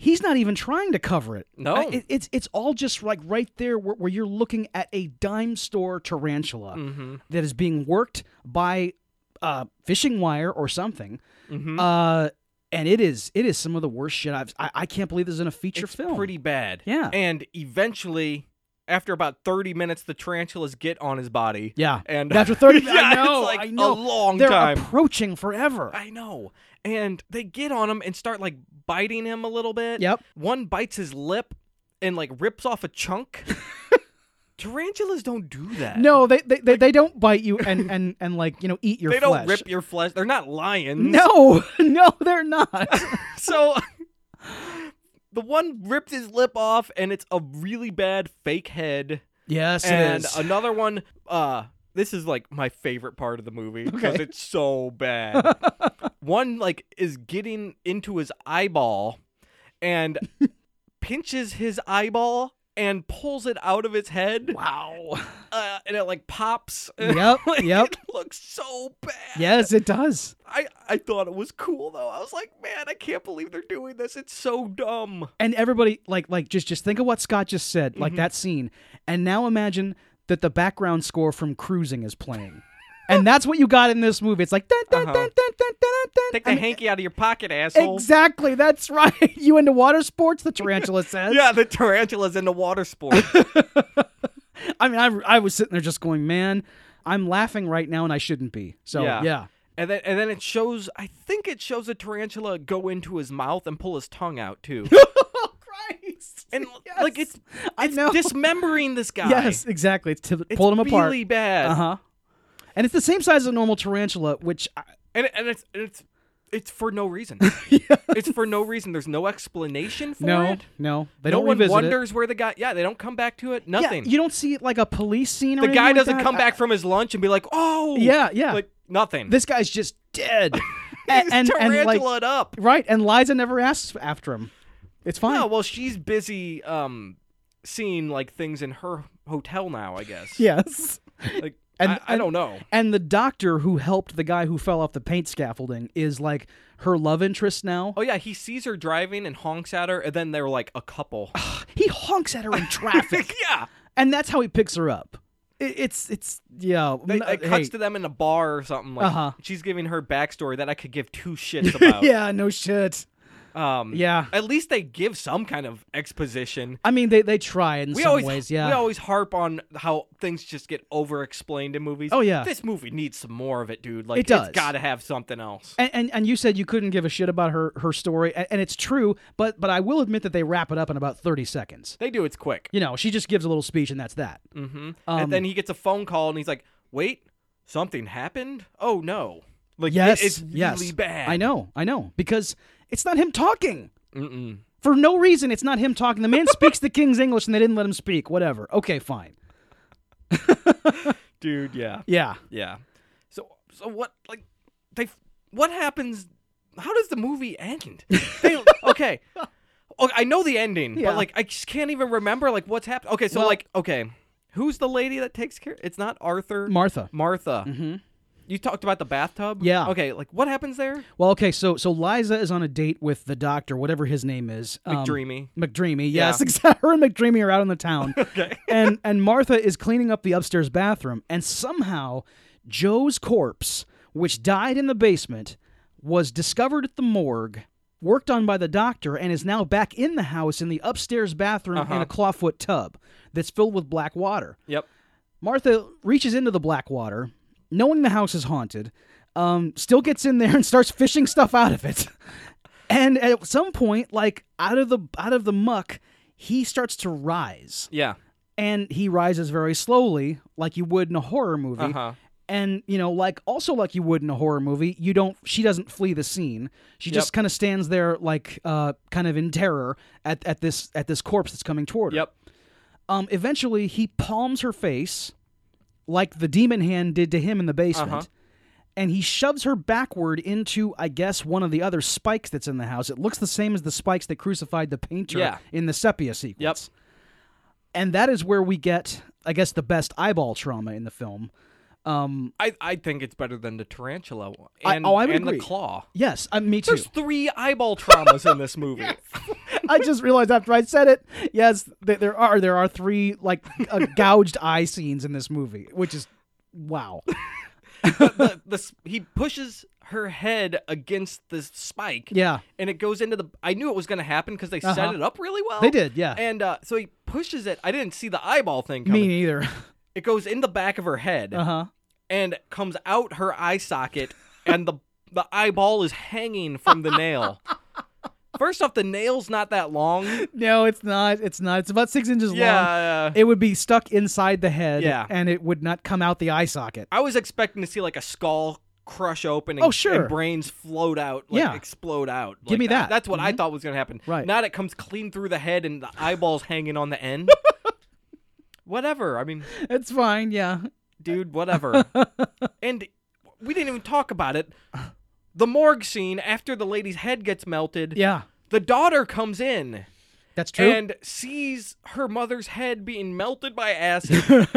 B: He's not even trying to cover it.
A: No.
B: I- it- it's it's all just like right there where, where you're looking at a dime store tarantula
A: Mm. Mm-hmm.
B: that is being worked by uh, fishing wire or something,
A: Mm-hmm. Mm.
B: uh, and it is it is some of the worst shit I've. I, I can't believe this is in a feature
A: it's
B: film.
A: pretty bad.
B: Yeah.
A: And eventually, after about 30 minutes, the tarantulas get on his body.
B: Yeah.
A: And
B: After 30
A: yeah,
B: I know,
A: it's like
B: I
A: a
B: know.
A: long
B: They're
A: time.
B: approaching forever.
A: I know. And they get on him and start like biting him a little bit.
B: Yep.
A: One bites his lip and like rips off a chunk. Tarantulas don't do that.
B: No, they they, they, they don't bite you and, and, and like, you know, eat your
A: They
B: flesh.
A: don't rip your flesh. They're not lions.
B: no, no, they're not.
A: So the one ripped his lip off and it's a really bad fake head.
B: yes,
A: and
B: it is.
A: another one uh this is like my favorite part of the movie because
B: Okay.
A: it's so bad one like is getting into his eyeball and pinches his eyeball and pulls it out of his head
B: wow.
A: uh, and it like pops
B: Yep,
A: Like,
B: yep.
A: it looks so bad
B: Yes, it does.
A: I, I thought it was cool though i was like man i can't believe they're doing this it's so dumb
B: And everybody like like just just think of what Scott just said,
A: Mm-hmm.
B: like that scene. And now imagine that the background score from Cruising is playing. and that's what you got in this movie. It's like dun, dun,
A: Uh-huh.
B: dun, dun, dun, dun, dun.
A: take the
B: I mean,
A: hanky out of your pocket asshole
B: Exactly, that's right. You into water sports, the tarantula says.
A: yeah the tarantula's in the water sport
B: I mean, I, I was sitting there just going, man, I'm laughing right now and I shouldn't be. So, yeah.
A: Yeah. And then and then it shows I think it shows a tarantula go into his mouth and pull his tongue out too.
B: oh, Christ.
A: And like it's
B: I
A: it's
B: know.
A: dismembering this guy.
B: Yes, exactly. It's, to,
A: It's
B: pulled him apart.
A: really bad.
B: Uh huh. And it's the same size as a normal tarantula, which, I,
A: And and it's and it's it's for no reason. It's for no reason. There's no explanation for
B: no,
A: it.
B: no. They
A: no
B: don't
A: one
B: revisit it.
A: wonders where the guy yeah, they don't come back to it. Nothing.
B: Yeah, you don't see like a police scene or
A: the
B: anything
A: guy
B: like
A: doesn't
B: that.
A: come
B: I-
A: back from his lunch and be like, Oh
B: Yeah, yeah.
A: Like nothing.
B: this guy's just dead.
A: He's
B: and, and, and,
A: tarantula
B: like,
A: it up.
B: right. And Liza never asks after him. It's fine.
A: No, well she's busy um seeing like things in her hotel now, I guess.
B: Yes.
A: Like,
B: And-
A: I, I
B: and-
A: don't know.
B: And the doctor who helped the guy who fell off the paint scaffolding is like her love interest now.
A: Oh yeah, he sees her driving and honks at her, and then they're like a couple.
B: He honks at her in traffic,
A: yeah,
B: and that's how he picks her up. I- It's it's yeah.
A: they,
B: no,
A: it
B: hey.
A: cuts to them in a bar or something. Like
B: Uh-huh.
A: she's giving her backstory that I could give two shits about.
B: yeah, no shit.
A: Um,
B: Yeah,
A: At least they give some kind of exposition.
B: I mean they they try in
A: We
B: some
A: always
B: ways. Yeah,
A: we always harp on how things just get over explained in movies.
B: Oh, yeah.
A: this movie needs some more of it, dude. Like
B: It does.
A: has got to have something else.
B: and, and and you said you couldn't give a shit about her her story, and, and it's true. But but I will admit that they wrap it up in about thirty seconds.
A: They do. It's quick.
B: You know, she just gives a little speech, and that's that.
A: hmm
B: Um,
A: and then he gets a phone call, and he's like, "Wait, something happened? Oh no!" Like it-
B: Yes,
A: it's really
B: yes.
A: bad.
B: I know, I know, because it's not him talking.
A: Mm-mm.
B: For no reason, it's not him talking. The man speaks the king's English and they didn't let him speak. Whatever. Okay, fine.
A: dude yeah
B: Yeah.
A: yeah so so what like they what happens how does the movie end they, okay okay i know the ending
B: Yeah.
A: but like i just can't even remember like what's happened okay so
B: Well-
A: like okay who's the lady that takes care it's not arthur
B: Martha.
A: martha mm-hmm. you talked about the bathtub
B: Yeah.
A: okay like what happens there
B: Well, okay, so so Liza is on a date with the doctor, whatever his name is. Um,
A: dreamy
B: McDreamy,
A: Yeah.
B: yes, exactly. Her and McDreamy are out in the town.
A: okay
B: and and Martha is cleaning up the upstairs bathroom, and somehow Joe's corpse, which died in the basement, was discovered at the morgue, worked on by the doctor, and is now back in the house in the upstairs bathroom in
A: Uh-huh.
B: a clawfoot tub that's filled with black water.
A: Yep.
B: Martha reaches into the black water, knowing the house is haunted, um, still gets in there and starts fishing stuff out of it. And at some point, like out of the out of the muck, he starts to rise.
A: Yeah.
B: And he rises very slowly, like you would in a horror movie.
A: Uh huh.
B: And, you know, like also like you would in a horror movie, you don't she doesn't flee the scene. She just
A: Yep.
B: kind of stands there like uh kind of in terror at, at this at this corpse that's coming toward her.
A: Yep.
B: Um, eventually, he palms her face, like the demon hand did to him in the basement,
A: Uh-huh.
B: and he shoves her backward into, I guess, one of the other spikes that's in the house. It looks the same as the spikes that crucified the painter
A: Yeah.
B: in the sepia
A: Yep.
B: sequence. And that is where we get, I guess, the best eyeball trauma in the film. Um,
A: I, I think it's better than the tarantula one.
B: I-
A: And,
B: oh, I would
A: and
B: agree.
A: the claw.
B: yes, uh, me too.
A: There's three eyeball traumas in this movie.
B: I just realized after I said it. Yes, th- there are there are three like uh, gouged eye scenes in this movie, which is wow.
A: the, the, s- he pushes her head against this spike.
B: Yeah.
A: And it goes into the. I knew it was going to happen because they set
B: Uh-huh.
A: it up really well.
B: They did, yeah.
A: And uh, so he pushes it. I didn't see the eyeball thing
B: Me
A: coming.
B: neither.
A: It goes in the back of her head
B: Uh huh.
A: and comes out her eye socket, and the the eyeball is hanging from the nail. First off, the nail's not that long.
B: No, it's not. It's not. It's about six inches long.
A: Yeah.
B: It would be stuck inside the head,
A: Yeah.
B: and it would not come out the eye socket.
A: I was expecting to see like a skull crush open and,
B: Oh, sure.
A: and brains float out, like
B: Yeah.
A: explode out.
B: Give
A: Like,
B: me that. Mm-hmm.
A: That's what I thought was going to happen.
B: Right.
A: Not it comes clean through the head and the eyeballs hanging on the end. whatever. I mean,
B: It's fine, yeah.
A: dude, whatever. and we didn't even talk about it. The morgue scene after the lady's head gets melted,
B: Yeah,
A: the daughter comes in
B: that's true.
A: and sees her mother's head being melted by acid,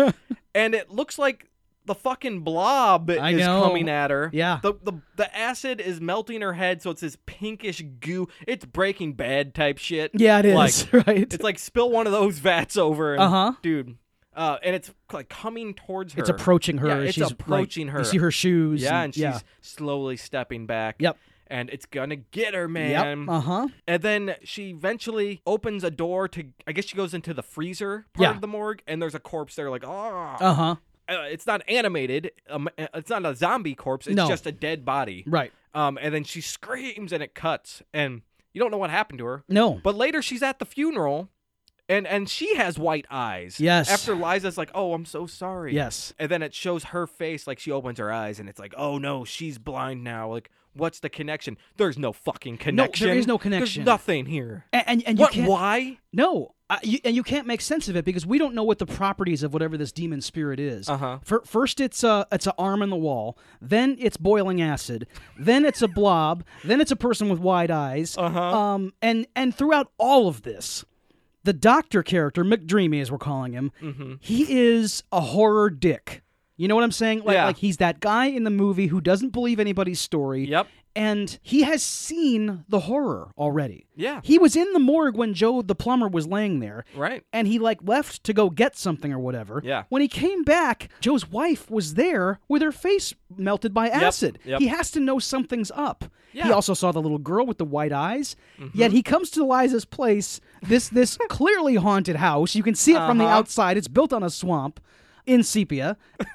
A: and it looks like the fucking blob
B: I
A: is
B: know.
A: coming at her.
B: Yeah.
A: the, the the acid is melting her head, so it's this pinkish goo. It's Breaking Bad type shit.
B: yeah, it
A: Like,
B: is, right?
A: it's like spill one of those vats over, and,
B: Uh-huh.
A: dude. Uh, and it's like coming towards her.
B: It's approaching her.
A: Yeah, it's
B: she's, like,
A: approaching her.
B: You see her shoes.
A: Yeah, and she's slowly stepping back.
B: Yep.
A: And it's gonna get her, man.
B: Yep. Uh huh.
A: And then she eventually opens a door to, I guess she goes into the freezer part
B: Yeah.
A: of the morgue, and there's a corpse there, like, oh.
B: Uh huh.
A: it's not animated. Um, uh, it's not a zombie corpse. It's
B: No.
A: just a dead body.
B: Right.
A: Um, and then she screams and it cuts, and you don't know what happened to her.
B: No.
A: But later she's at the funeral, and, and she has white eyes.
B: Yes.
A: After Liza's like, oh, I'm so sorry.
B: yes.
A: And then it shows her face, like she opens her eyes, and it's like, oh no, she's blind now. Like, what's the connection? There's no fucking connection.
B: is no connection.
A: There's nothing here.
B: And and, and you
A: What?
B: can't.
A: Why?
B: No, I, you, and you can't make sense of it because we don't know what the properties of whatever this demon spirit is.
A: Uh-huh.
B: Fir- first, it's a it's an arm in the wall. Then it's boiling acid. Then it's a blob. then it's a person with wide eyes.
A: Uh huh.
B: Um, and and throughout all of this, the doctor character McDreamy, as we're calling him,
A: Mm-hmm.
B: he is a horror dick. You know what I'm saying? Like,
A: Yeah.
B: like he's that guy in the movie who doesn't believe anybody's story.
A: Yep.
B: And he has seen the horror already.
A: Yeah.
B: He was in the morgue when Joe the plumber was laying there.
A: Right.
B: And he like left to go get something or whatever.
A: Yeah.
B: When he came back, Joe's wife was there with her face melted by acid.
A: Yep.
B: He has to know something's up. He
A: Yeah. Mm-hmm.
B: also saw the little girl with the white eyes. Yet he comes to Liza's place, this this clearly haunted house. You can see it from the
A: Uh-huh.
B: outside. It's built on a swamp in sepia.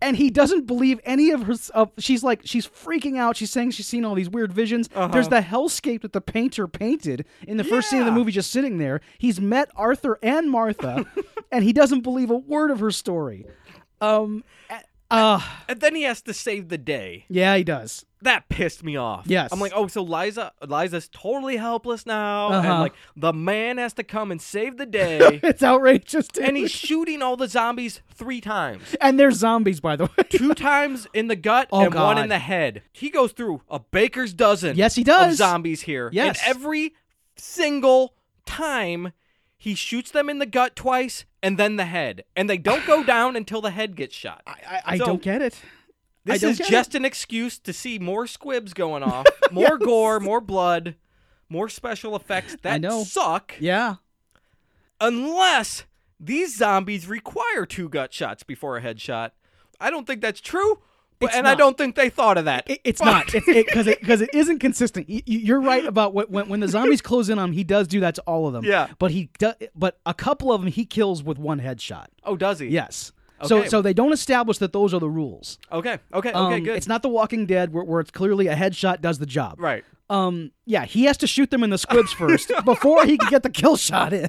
B: and he doesn't believe any of her of, she's like she's freaking out she's saying she's seen all these weird visions
A: Uh-huh.
B: there's the hellscape that the painter painted in the first scene of the
A: Yeah.
B: movie just sitting there he's met arthur and martha and he doesn't believe a word of her story um uh
A: And then he has to save the day.
B: yeah he does
A: That pissed me off.
B: Yes.
A: I'm like, oh, so Liza, Liza's totally helpless now,
B: Uh-huh.
A: and like the man has to come and save the day.
B: it's outrageous dude.
A: and he's shooting all the zombies three times.
B: and they're zombies by the way
A: Two times in the gut
B: Oh,
A: and one
B: God.
A: in the head. He goes through a baker's dozen.
B: Yes, he does.
A: Of zombies here.
B: Yes.
A: And every single time he shoots them in the gut twice and then the head. And they don't go down until the head gets shot.
B: i, I
A: So-
B: don't get it I
A: This
B: don't
A: is
B: get
A: just an excuse to see more squibs going off, more gore, more blood, more special effects that
B: know.
A: suck,
B: yeah
A: unless these zombies require two gut shots before a headshot. I don't think that's true, But,
B: It's
A: and I
B: not.
A: don't think they thought of that.
B: It- it's
A: Fuck.
B: not. It's because it, because it isn't consistent. You, you're right about what, when when the zombies close in on him, he does do that to all of them.
A: Yeah.
B: But he do, but a couple of them he kills with one headshot.
A: Oh, does he?
B: Yes. So
A: Okay.
B: so they don't establish that those are the rules.
A: Okay. Okay. Okay.
B: Um,
A: good.
B: It's not The Walking Dead where, where it's clearly a headshot does the job.
A: right.
B: Um. Yeah. He has to shoot them in the squibs first before he can get the kill shot in.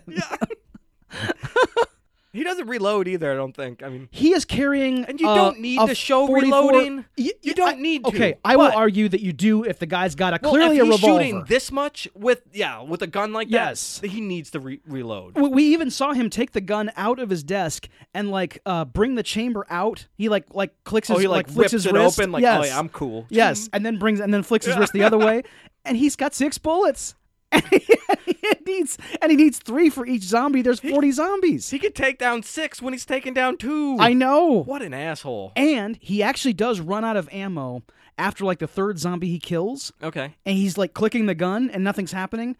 A: He doesn't reload either. I don't think. I mean,
B: He is carrying,
A: And you
B: uh,
A: don't need
B: a
A: to show
B: 44
A: reloading.
B: Y-
A: You
B: y-
A: don't
B: I-
A: need to,
B: Okay, I will
A: but-
B: argue that you do if the guy's got a
A: well,
B: clearly
A: if
B: a
A: he's
B: revolver.
A: shooting this much with yeah with a gun like
B: Yes.
A: that, he needs to re- reload.
B: We- we even saw him take the gun out of his desk and like uh, bring the chamber out. He like like clicks his
A: oh, he like,
B: like, flicks
A: rips
B: his
A: it
B: wrist.
A: open. Like,
B: yes.
A: oh yeah, I'm cool.
B: yes, and then brings and then flicks his wrist the other way, and he's got six bullets. And he, needs and he needs three for each zombie. There's forty zombies.
A: He could take down six when he's taking down two.
B: I know.
A: What an asshole.
B: And he actually does run out of ammo after like the third zombie he kills,
A: Okay.
B: and he's like clicking the gun and nothing's happening.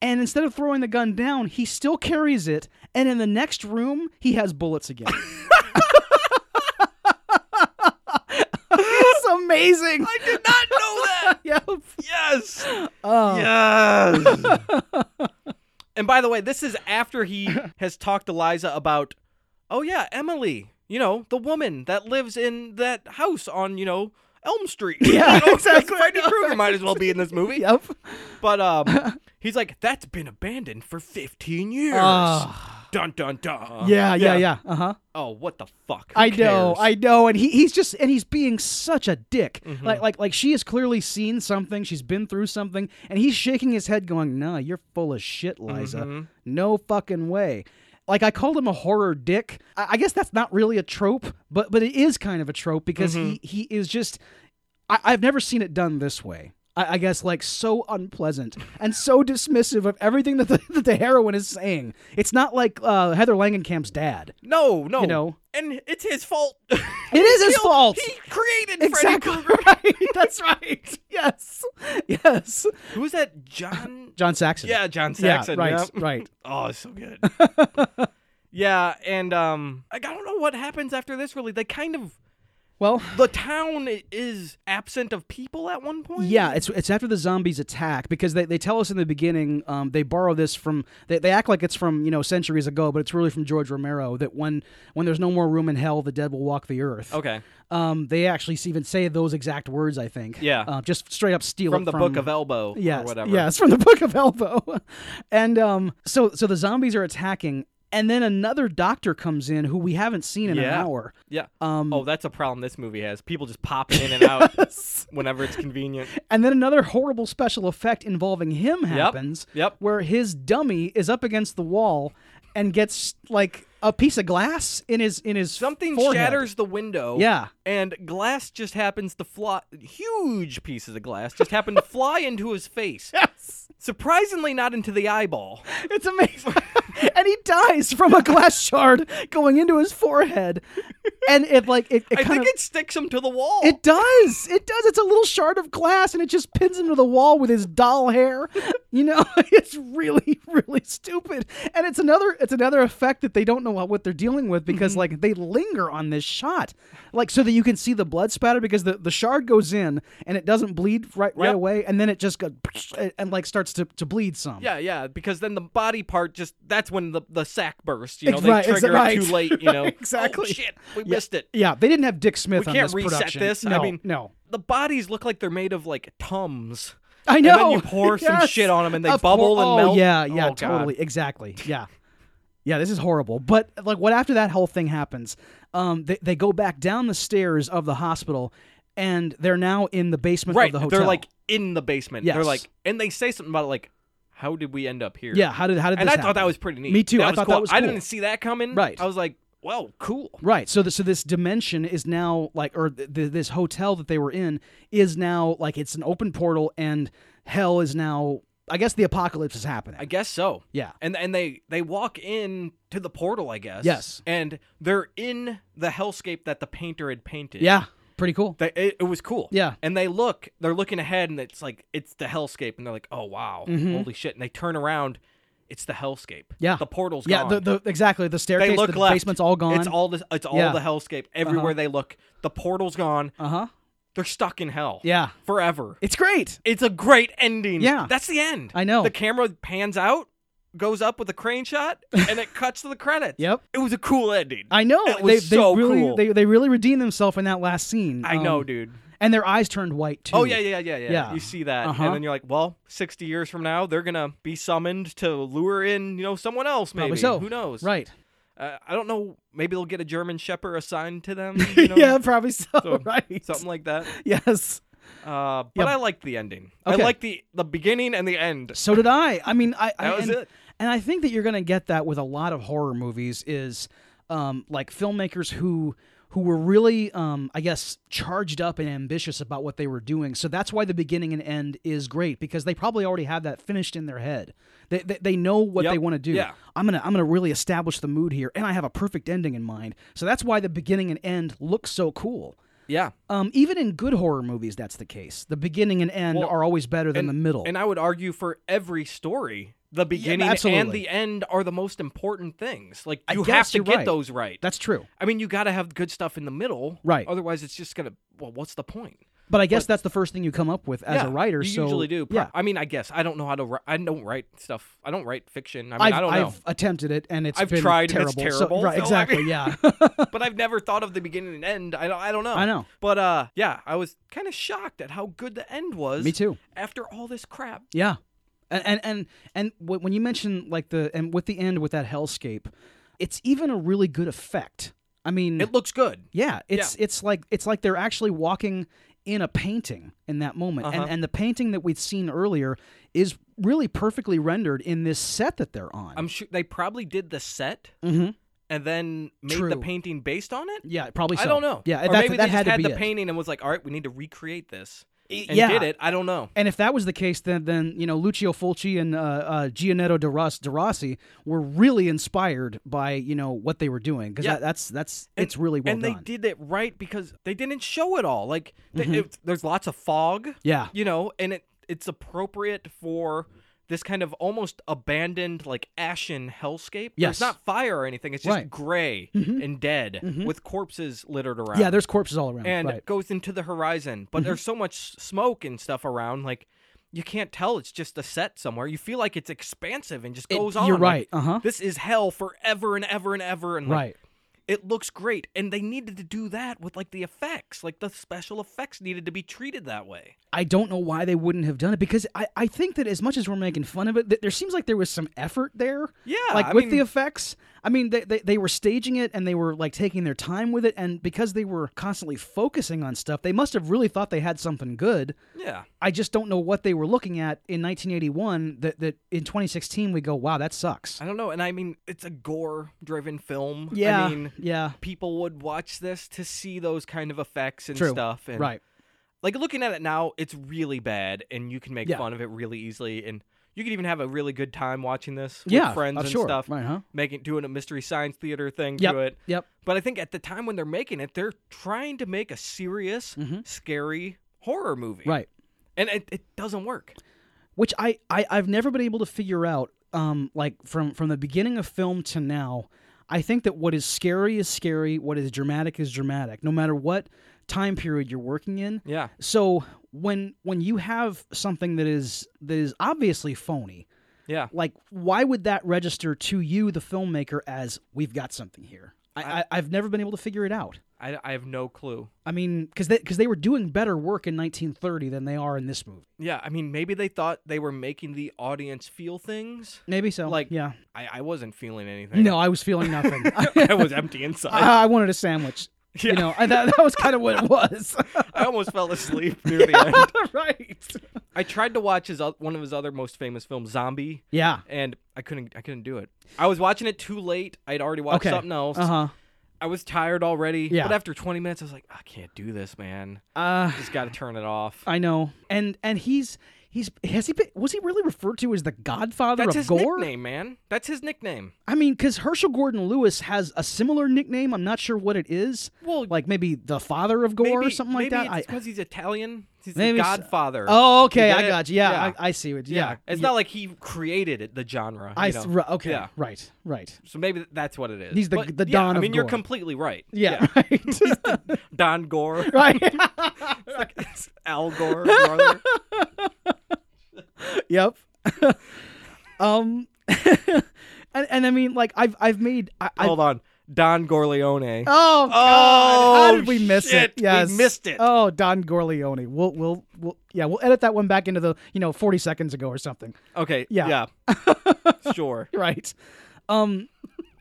B: And instead of throwing the gun down, he still carries it, and in the next room he has bullets again. it's amazing.
A: I did not know that.
B: Yeah.
A: Yes.
B: Oh.
A: Yes. and by the way, this is after he has talked to Liza about, oh yeah, Emily, you know, the woman that lives in that house on, you know, Elm Street.
B: Yeah,
A: you know,
B: exactly.
A: Freddy Krueger might as well be in this movie.
B: Yep.
A: But um, he's like, that's been abandoned for 15 years. dun dun dun.
B: Ah. Yeah, yeah, yeah. Uh huh.
A: Oh, what the fuck? Who
B: I know,
A: cares?
B: I know, and he, he's just and he's being such a dick.
A: Mm-hmm.
B: Like like like she has clearly seen something, she's been through something, and he's shaking his head, going, "Nah, you're full of shit, Liza.
A: Mm-hmm.
B: No fucking way." Like I called him a horror dick. I, I guess that's not really a trope, but but it is kind of a trope because
A: Mm-hmm.
B: he he is just. I, I've never seen it done this way. I, I guess like so unpleasant and so dismissive of everything that the, that the heroine is saying. It's not like uh, Heather Langenkamp's dad.
A: No, no.
B: You know.
A: And it's his fault.
B: It is his fault.
A: He created
B: Exactly.
A: Freddy Krueger.
B: Right. That's right. Yes. Yes.
A: Who is that? John?
B: John Saxon.
A: Yeah, John
B: Yeah,
A: Saxon.
B: right.
A: yeah.
B: Right.
A: Oh, it's so good. yeah, and um, like, I don't know what happens after this. Really, they kind of
B: Well,
A: the town i- is absent of people at one point.
B: yeah, it's it's after the zombies attack because they, they tell us in the beginning um, they borrow this from they, they act like it's from you know centuries ago but it's really from George Romero that when when there's no more room in hell the dead will walk the earth.
A: Okay.
B: Um, they actually even say those exact words I think.
A: Yeah.
B: Uh, just straight up steal
A: From
B: it
A: the Book of Elbow
B: yes,
A: or whatever.
B: Yes, from the Book of Elbow. and um, so so the zombies are attacking, and then another doctor comes in who we haven't seen in an
A: Yeah.
B: hour.
A: Yeah.
B: Um,
A: oh, that's a problem this movie has. People just popping in and out whenever it's convenient.
B: And then another horrible special effect involving him happens,
A: yep.
B: where his dummy is up against the wall and gets like a piece of glass in his in his
A: Something
B: forehead.
A: shatters the window.
B: Yeah.
A: And glass just happens to fly. Huge pieces of glass just happen to fly into his face.
B: Yes.
A: Surprisingly, not into the eyeball.
B: It's amazing. and he dies from a glass shard going into his forehead. And it like it, it
A: I
B: kind
A: think
B: of
A: it sticks him to the wall.
B: It does. It does. It's a little shard of glass, and it just pins him to the wall with his doll hair. You know, it's really, really stupid. And it's another, it's another effect that they don't know what they're dealing with
A: Mm-hmm.
B: because, like, they linger on this shot, like, so that you can see the blood spatter because the, the shard goes in and it doesn't bleed right right
A: Yep.
B: away, and then it just goes and, and, like starts to, to bleed some.
A: Yeah, yeah, because then the body part just that's when the the sack bursts, you know,
B: Ex-
A: they
B: right, exa-
A: trigger
B: right,
A: it too late, you know.
B: right, exactly.
A: Oh, shit, we missed it.
B: Yeah, they didn't have Dick Smith
A: We
B: on
A: can't
B: this
A: reset
B: production.
A: this. I
B: No,
A: mean-
B: no.
A: The bodies look like they're made of like tums.
B: I know.
A: And then you pour some
B: Yes.
A: shit on them and they
B: Of
A: bubble
B: cour-
A: and
B: oh,
A: melt.
B: Yeah, yeah,
A: Oh, God.
B: totally, exactly. Yeah, yeah. This is horrible. But like, what after that whole thing happens? Um, they they go back down the stairs of the hospital, and they're now in the basement
A: Right.
B: of the hotel.
A: they're like in the basement. They're
B: Yes.
A: like and they say something about like how did we end up here?
B: yeah. How did how did
A: And
B: this
A: I thought that
B: happen?
A: was pretty neat.
B: Me too, I thought that
A: cool.
B: was
A: I
B: cool.
A: didn't see that coming.
B: Right.
A: I was like, "Whoa, cool."
B: Right. So, th so this dimension is now like, or th- th- this hotel that they were in is now like it's an open portal, and hell is now. I guess the apocalypse is happening.
A: I guess so.
B: yeah.
A: and and they they walk in to the portal i guess
B: Yes.
A: and they're in the hellscape that the painter had painted
B: Yeah. Pretty cool.
A: they, it, it was cool
B: Yeah.
A: and they look they're looking ahead and it's like it's the hellscape and they're like oh wow holy shit and they turn around it's the hellscape.
B: Mm-hmm. Yeah.
A: the portal's
B: yeah,
A: gone.
B: the, the exactly the staircase,
A: they look
B: the
A: left.
B: basement's all gone.
A: It's all the it's all
B: Yeah. Uh-huh.
A: the hellscape. Everywhere they look, the portal's gone.
B: uh huh.
A: They're stuck in hell.
B: Yeah,
A: forever.
B: it's great.
A: It's a great ending.
B: Yeah.
A: that's the end.
B: I know.
A: The camera pans out, goes up with a crane shot, and it cuts to the credits.
B: Yep.
A: It was a cool ending.
B: I know
A: It
B: they
A: was
B: they
A: so
B: really
A: cool.
B: they, they really redeem themselves in that last scene.
A: I
B: Um,
A: know, dude.
B: And their eyes turned white too.
A: Oh yeah, yeah, yeah, yeah.
B: Yeah.
A: You see that,
B: Uh-huh.
A: and then you're like, well, 60 years from now, they're gonna be summoned to lure in, you know, someone else. Maybe
B: Probably so.
A: who knows?
B: Right.
A: Uh, I don't know. Maybe they'll get a German Shepherd assigned to them. You know?
B: yeah, probably so.
A: So,
B: right.
A: something like that.
B: Yes.
A: Uh, but
B: Yeah.
A: I liked the ending.
B: Okay.
A: I liked the the beginning and the end.
B: So did I. I mean, I. I
A: That was
B: and,
A: it.
B: And I think that you're going to get that with a lot of horror movies is, um, like filmmakers who who were really, um, I guess, charged up and ambitious about what they were doing. So that's why the beginning and end is great because they probably already have that finished in their head. They they, they know what
A: Yep.
B: they want to do.
A: Yeah.
B: I'm gonna I'm gonna really establish the mood here, and I have a perfect ending in mind. So that's why the beginning and end look so cool.
A: Yeah.
B: Um, even in good horror movies, that's the case. The beginning and end
A: Well,
B: are always better than the middle.
A: And I would argue for every story, the beginning and
B: absolutely.
A: the end are the most important things. Like you
B: guess
A: have to
B: you're
A: get
B: right.
A: those right.
B: that's true.
A: I mean, you got to have good stuff in the middle,
B: Right.
A: Otherwise, it's just gonna. Well, what's the point?
B: But I guess that's the first thing you come up with as
A: Yeah,
B: a writer.
A: you
B: so
A: usually do. Pro-
B: Yeah,
A: I mean, I guess I don't know how to. Write, I don't write stuff. I don't write fiction. I mean,
B: I've,
A: I don't know.
B: have attempted it, and it's
A: I've
B: been
A: tried, and
B: terrible.
A: it's
B: So-
A: terrible,
B: right?
A: so I
B: exactly.
A: mean-
B: yeah.
A: but I've never thought of the beginning and end. I don't, I don't know.
B: I know.
A: But uh, yeah, I was kind of shocked at how good the end was.
B: Me too.
A: After all this crap.
B: Yeah, and and and, and wh- when you mention like the and with the end with that hellscape, it's even a really good effect. I mean,
A: It looks good.
B: yeah, it's it's like it's like they're actually walking in a painting in that moment,
A: Uh-huh.
B: and and the painting that we'd seen earlier is really perfectly rendered in this set that they're on.
A: I'm sure they probably did the set
B: mm-hmm.
A: and then made the
B: True.
A: painting based on it.
B: Yeah, probably. So.
A: I don't know.
B: Yeah,
A: or
B: that,
A: maybe
B: that
A: they
B: had
A: just
B: to
A: had
B: be
A: the
B: it.
A: painting and was like, "All right, we need to recreate this." And
B: yeah.
A: did it? I don't know.
B: And if that was the case, then then you know Lucio Fulci and uh, uh, Gianetto de, Ros- de Rossi were really inspired by you know what they were doing because
A: Yeah.
B: that, that's that's it's really well
A: and
B: done. Mm-hmm.
A: they did it right because they didn't show it all. Like th- it- there's lots of fog.
B: Yeah.
A: You know, and it it's appropriate for this kind of almost abandoned like ashen hellscape. There's
B: Yes.
A: not fire or anything. It's just
B: Right. Mm-hmm.
A: gray and dead with corpses littered around.
B: yeah, there's corpses all around.
A: and
B: right. Mm-hmm.
A: it goes into the horizon, but there's so much s- smoke and stuff around like you can't tell it's just a set somewhere. You feel like it's expansive and just goes on.
B: you're
A: like,
B: right, uh-huh.
A: This is hell forever and ever and ever and like,
B: right.
A: it looks great and they needed to do that with like the effects like the special effects needed to be treated that way
B: I don't know why they wouldn't have done it because I, I think that as much as we're making fun of it, th- there seems like there was some effort there.
A: Yeah,
B: Like
A: I
B: with the
A: mean-
B: effects. I mean, they, they, they were staging it and they were like taking their time with it. And because they were constantly focusing on stuff, they must have really thought they had something good.
A: yeah
B: I just don't know what they were looking at in 1981 that, that in 2016 we go, wow, that sucks.
A: i don't know and i mean it's a gore driven film
B: Yeah.
A: i mean
B: yeah.
A: people would watch this to see those kind of effects and
B: True.
A: stuff and
B: Right.
A: like looking at it now it's really bad and you can make
B: Yeah.
A: fun of it really easily and you could even have a really good time watching this with
B: yeah.
A: friends
B: uh,
A: and
B: sure.
A: stuff
B: Right, huh?
A: making doing a mystery science theater thing
B: Yep.
A: to it
B: Yep.
A: But I think at the time when they're making it, they're trying to make a serious, scary horror movie.
B: Mm-hmm. Right.
A: And it, it doesn't work.
B: Which I, I, I've never been able to figure out, um, like from, from the beginning of film to now, I think that what is scary is scary, what is dramatic is dramatic, no matter what time period you're working in.
A: Yeah.
B: So when when you have something that is that is obviously phony,
A: Yeah.
B: like why would that register to you the filmmaker as we've got something here i, I i've never been able to figure it out
A: I, I have no clue.
B: i mean because they because they were doing better work in 1930 than they are in this movie
A: Yeah. I mean, maybe they thought they were making the audience feel things.
B: maybe so
A: Like-
B: yeah
A: I, I wasn't feeling anything.
B: no i was feeling nothing I,
A: I was empty inside.
B: I wanted a sandwich you
A: Yeah.
B: know I, that, that was kind of what it was
A: I almost fell asleep near the end.
B: right
A: I tried to watch his oth- one of his other most famous films, Zombie,
B: yeah
A: and I couldn't. I couldn't do it. I was watching it too late. I'd already watched
B: okay
A: something else.
B: uh-huh
A: I was tired already.
B: Yeah.
A: But after 20 minutes, I was like, I can't do this, man.
B: uh
A: Just got to turn it off.
B: i know and and he's He's has he been, was he really referred to as the Godfather
A: That's
B: of
A: his
B: gore?
A: nickname, man. That's his nickname.
B: I mean, because Herschel Gordon Lewis has a similar nickname. I'm not sure what it is.
A: Well,
B: Like maybe the Father of Gore
A: maybe,
B: or something like
A: maybe
B: that. I-
A: It's because he's Italian. He's
B: Maybe
A: the
B: it's-
A: Godfather.
B: oh, okay,
A: You get
B: I
A: it?
B: got you. Yeah,
A: Yeah.
B: I, I see it.
A: yeah.
B: Yeah,
A: It's not like he created it, the genre.
B: I
A: you know?
B: s- ri- okay.
A: Yeah.
B: Right. Right.
A: So maybe that's what it is.
B: He's the-
A: But
B: the
A: yeah,
B: Don
A: I
B: of
A: mean, you're
B: gore.
A: completely right.
B: Yeah. Right.
A: Don Gore,
B: right.
A: Al Gore, brother.
B: yep. um, and, and I mean, like I've I've made I, I
A: Hold on, Don Gorleone.
B: Oh, God. How
A: Oh,
B: did we miss
A: shit.
B: it?
A: We
B: Yes.
A: missed it.
B: Oh, Don Gorleone. We'll, we'll, we'll, yeah, we'll edit that one back into the, you know, 40 seconds ago or something.
A: Okay,
B: Yeah.
A: yeah. sure.
B: Right. Um,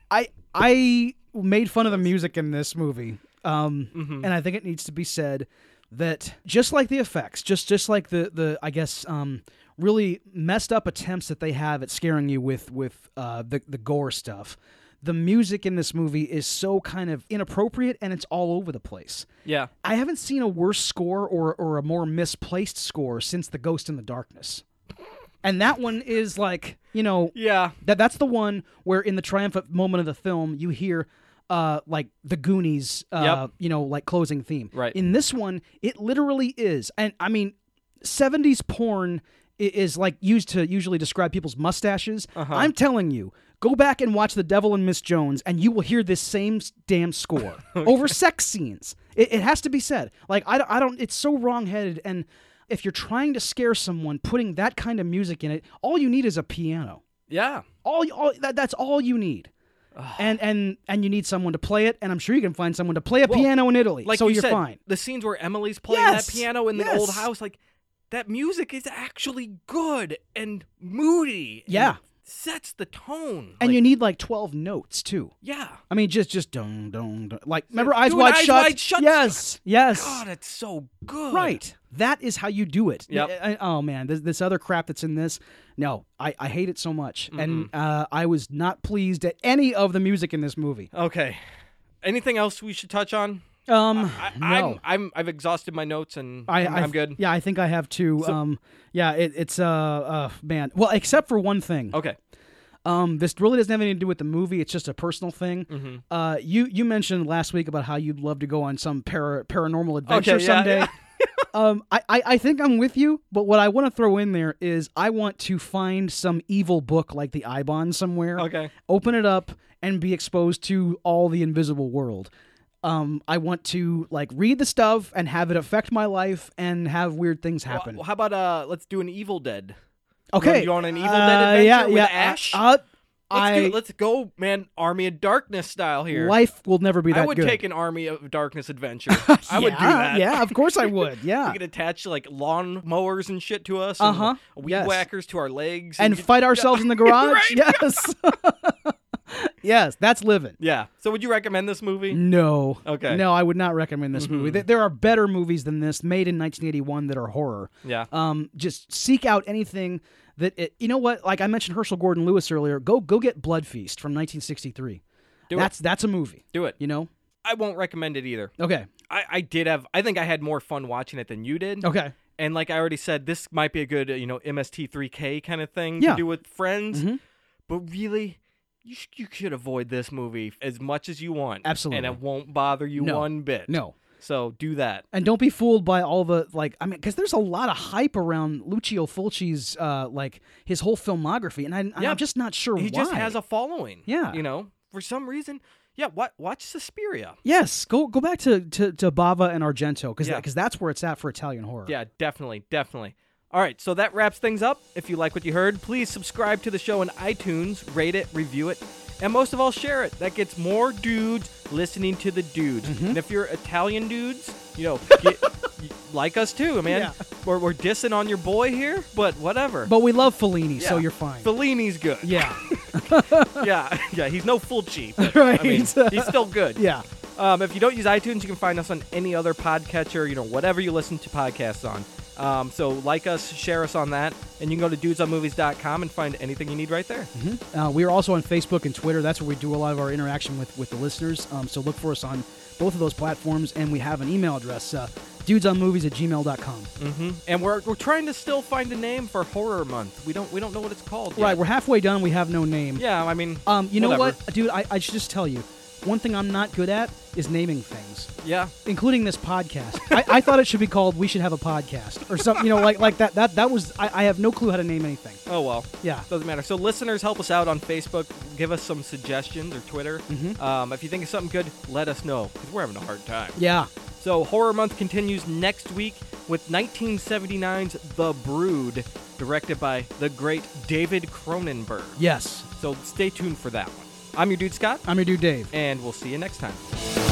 B: I, I made fun of the music in this movie. Um, and I think it needs to be said that just like the effects, just, just like the, the, I guess, um, really messed up attempts that they have at scaring you with, with, uh, the, the gore stuff. The music in this movie is so kind of inappropriate and it's all over the place.
A: Yeah.
B: I haven't seen a worse score or or a more misplaced score since The Ghost in the Darkness. And that one is like, you know,
A: Yeah.
B: that that's the one where in the triumphant moment of the film you hear uh like the Goonies uh you know like closing theme.
A: Right.
B: In this one it literally is. And I mean 70s porn i- is like used to usually describe people's mustaches. I'm telling you Go back and watch The Devil and Miss Jones, and you will hear this same s- damn score over sex scenes. It, it has to be said. Like I, don't- I don't. It's so wrongheaded. And if you're trying to scare someone, putting that kind of music in it, all you need is a piano
A: Yeah.
B: all, all that, that's all you need and and and you need someone to play it and i'm sure you can find someone to play a piano in italy
A: Like
B: so
A: you
B: are
A: said,
B: fine
A: the scenes where Emily's playing
B: Yes,
A: that piano in the old
B: yes.
A: house, like that music is actually good and moody. and
B: Yeah.
A: sets the tone.
B: and
A: Like,
B: you need like 12 notes too
A: yeah.
B: i mean just just dong dong dong like remember eyes
A: an
B: wide
A: Eyes
B: shut
A: Wide Shut
B: yes yes
A: God, it's so good.
B: right that is how you do it
A: Yep.
B: I- I- oh man this, this other crap that's in this no i, I hate it so much and uh, i was not pleased at any of the music in this movie
A: Okay. Anything else we should touch on?
B: um
A: I,
B: no.
A: I'm, I'm I've exhausted my notes and I,
B: I,
A: am
B: I,
A: good.
B: Yeah, I think I have two. um, yeah, it, it's uh, uh, man. Well, except for one thing.
A: Okay.
B: Um, this really doesn't have anything to do with the movie. It's just a personal thing.
A: Mm-hmm.
B: Uh, you you mentioned last week about how you'd love to go on some para, paranormal adventure
A: Okay, yeah,
B: someday.
A: yeah.
B: um, I, I I think I'm with you, but what I want to throw in there is I want to find some evil book like the Ibon somewhere.
A: Okay.
B: Open it up and be exposed to all the invisible world. Um, I want to like read the stuff and have it affect my life and have weird things happen.
A: Well, how about uh let's do an Evil Dead.
B: Okay.
A: You want an Evil Dead adventure
B: yeah,
A: with
B: yeah.
A: Ash?
B: Uh, uh,
A: Let's
B: I
A: do, let's go, man. Army of Darkness style here.
B: life will never be that
A: I would
B: good.
A: take an Army of Darkness adventure. I would do
B: Yeah,
A: that.
B: Yeah, of course I would.
A: We
B: Yeah.
A: could attach like lawn mowers and shit to us.
B: Uh-huh.
A: And weed
B: Yes.
A: whackers to our legs.
B: and
A: get-
B: fight ourselves in the garage. Yes. yes, that's living.
A: yeah. So would you recommend this movie?
B: No.
A: Okay. Mm-hmm.
B: No, I would not recommend this movie. Th- There are better movies than this made in 1981 that are horror.
A: Yeah.
B: Um, just seek out anything that it, you know what? Like I mentioned, Herschel Gordon Lewis earlier. Go go get Blood Feast from 1963.
A: Do it.
B: that's that's a movie.
A: Do it.
B: You know.
A: I won't recommend it either.
B: Okay.
A: I, I did have. I think I had more fun watching it than you did.
B: Okay.
A: And like I already said, this might be a good uh, you know MST3K kind of thing
B: Yeah. Mm-hmm.
A: to do with friends. But really, you sh- you should avoid this movie as much as you want. And
B: Absolutely.
A: it won't bother you
B: No.
A: one bit.
B: No.
A: So do that.
B: And don't be fooled by all the like. I mean, because there's a lot of hype around Lucio Fulci's uh, like his whole filmography, and I, and
A: Yeah,
B: I'm just not sure
A: He
B: why.
A: just has a following.
B: Yeah.
A: You know, for some reason. Yeah, what watch Suspiria.
B: yes. Go go back to to, to Bava and Argento because
A: Yeah.
B: that's where it's at for Italian horror.
A: Yeah, definitely, definitely. All right, so that wraps things up. If you like what you heard, please subscribe to the show on iTunes, rate it, review it, and most of all, share it. That gets more dudes listening to the dudes.
B: Mm-hmm.
A: And if you're Italian dudes, you know, get, y- like us too, man.
B: Yeah.
A: We're, we're dissing on your boy here, but whatever.
B: But we love Fellini, so
A: Yeah.
B: you're fine.
A: Fellini's good.
B: yeah.
A: yeah, yeah. He's no Fulci, but I
B: Right.
A: mean, he's still good.
B: yeah.
A: Um, if you don't use iTunes, you can find us on any other podcatcher, you know, whatever you listen to podcasts on. Um, so like us, share us on that, and you can go to dudesonmovies.com and find anything you need right there.
B: Uh, we are also on Facebook and Twitter. That's where we do a lot of our interaction with, with the listeners. Um, so look for us on both of those platforms. And we have an email address, uh, dudesonmovies at gmail.com.
A: hmm And we're, we're trying to still find a name for Horror Month. We don't we don't know what it's called. yet.
B: Right, we're halfway done. We have no name.
A: Yeah, I mean.
B: Um, you know
A: whatever.
B: what, dude? I, I should just tell you, one thing I'm not good at is naming things,
A: Yeah.
B: including this podcast. I, I thought it should be called "We Should Have a Podcast" or something. You know, like like that. That that was. I, I have no clue how to name anything.
A: Oh well.
B: Yeah.
A: Doesn't matter. So listeners, help us out on Facebook. Give us some suggestions or Twitter.
B: Mm-hmm.
A: Um, if you think of something good, let us know because we're having a hard time.
B: Yeah.
A: So Horror Month continues next week with 1979's The Brood, directed by the great David Cronenberg.
B: Yes.
A: So stay tuned for that one. I'm your dude Scott,
B: I'm your dude, Dave.
A: and we'll see you next time.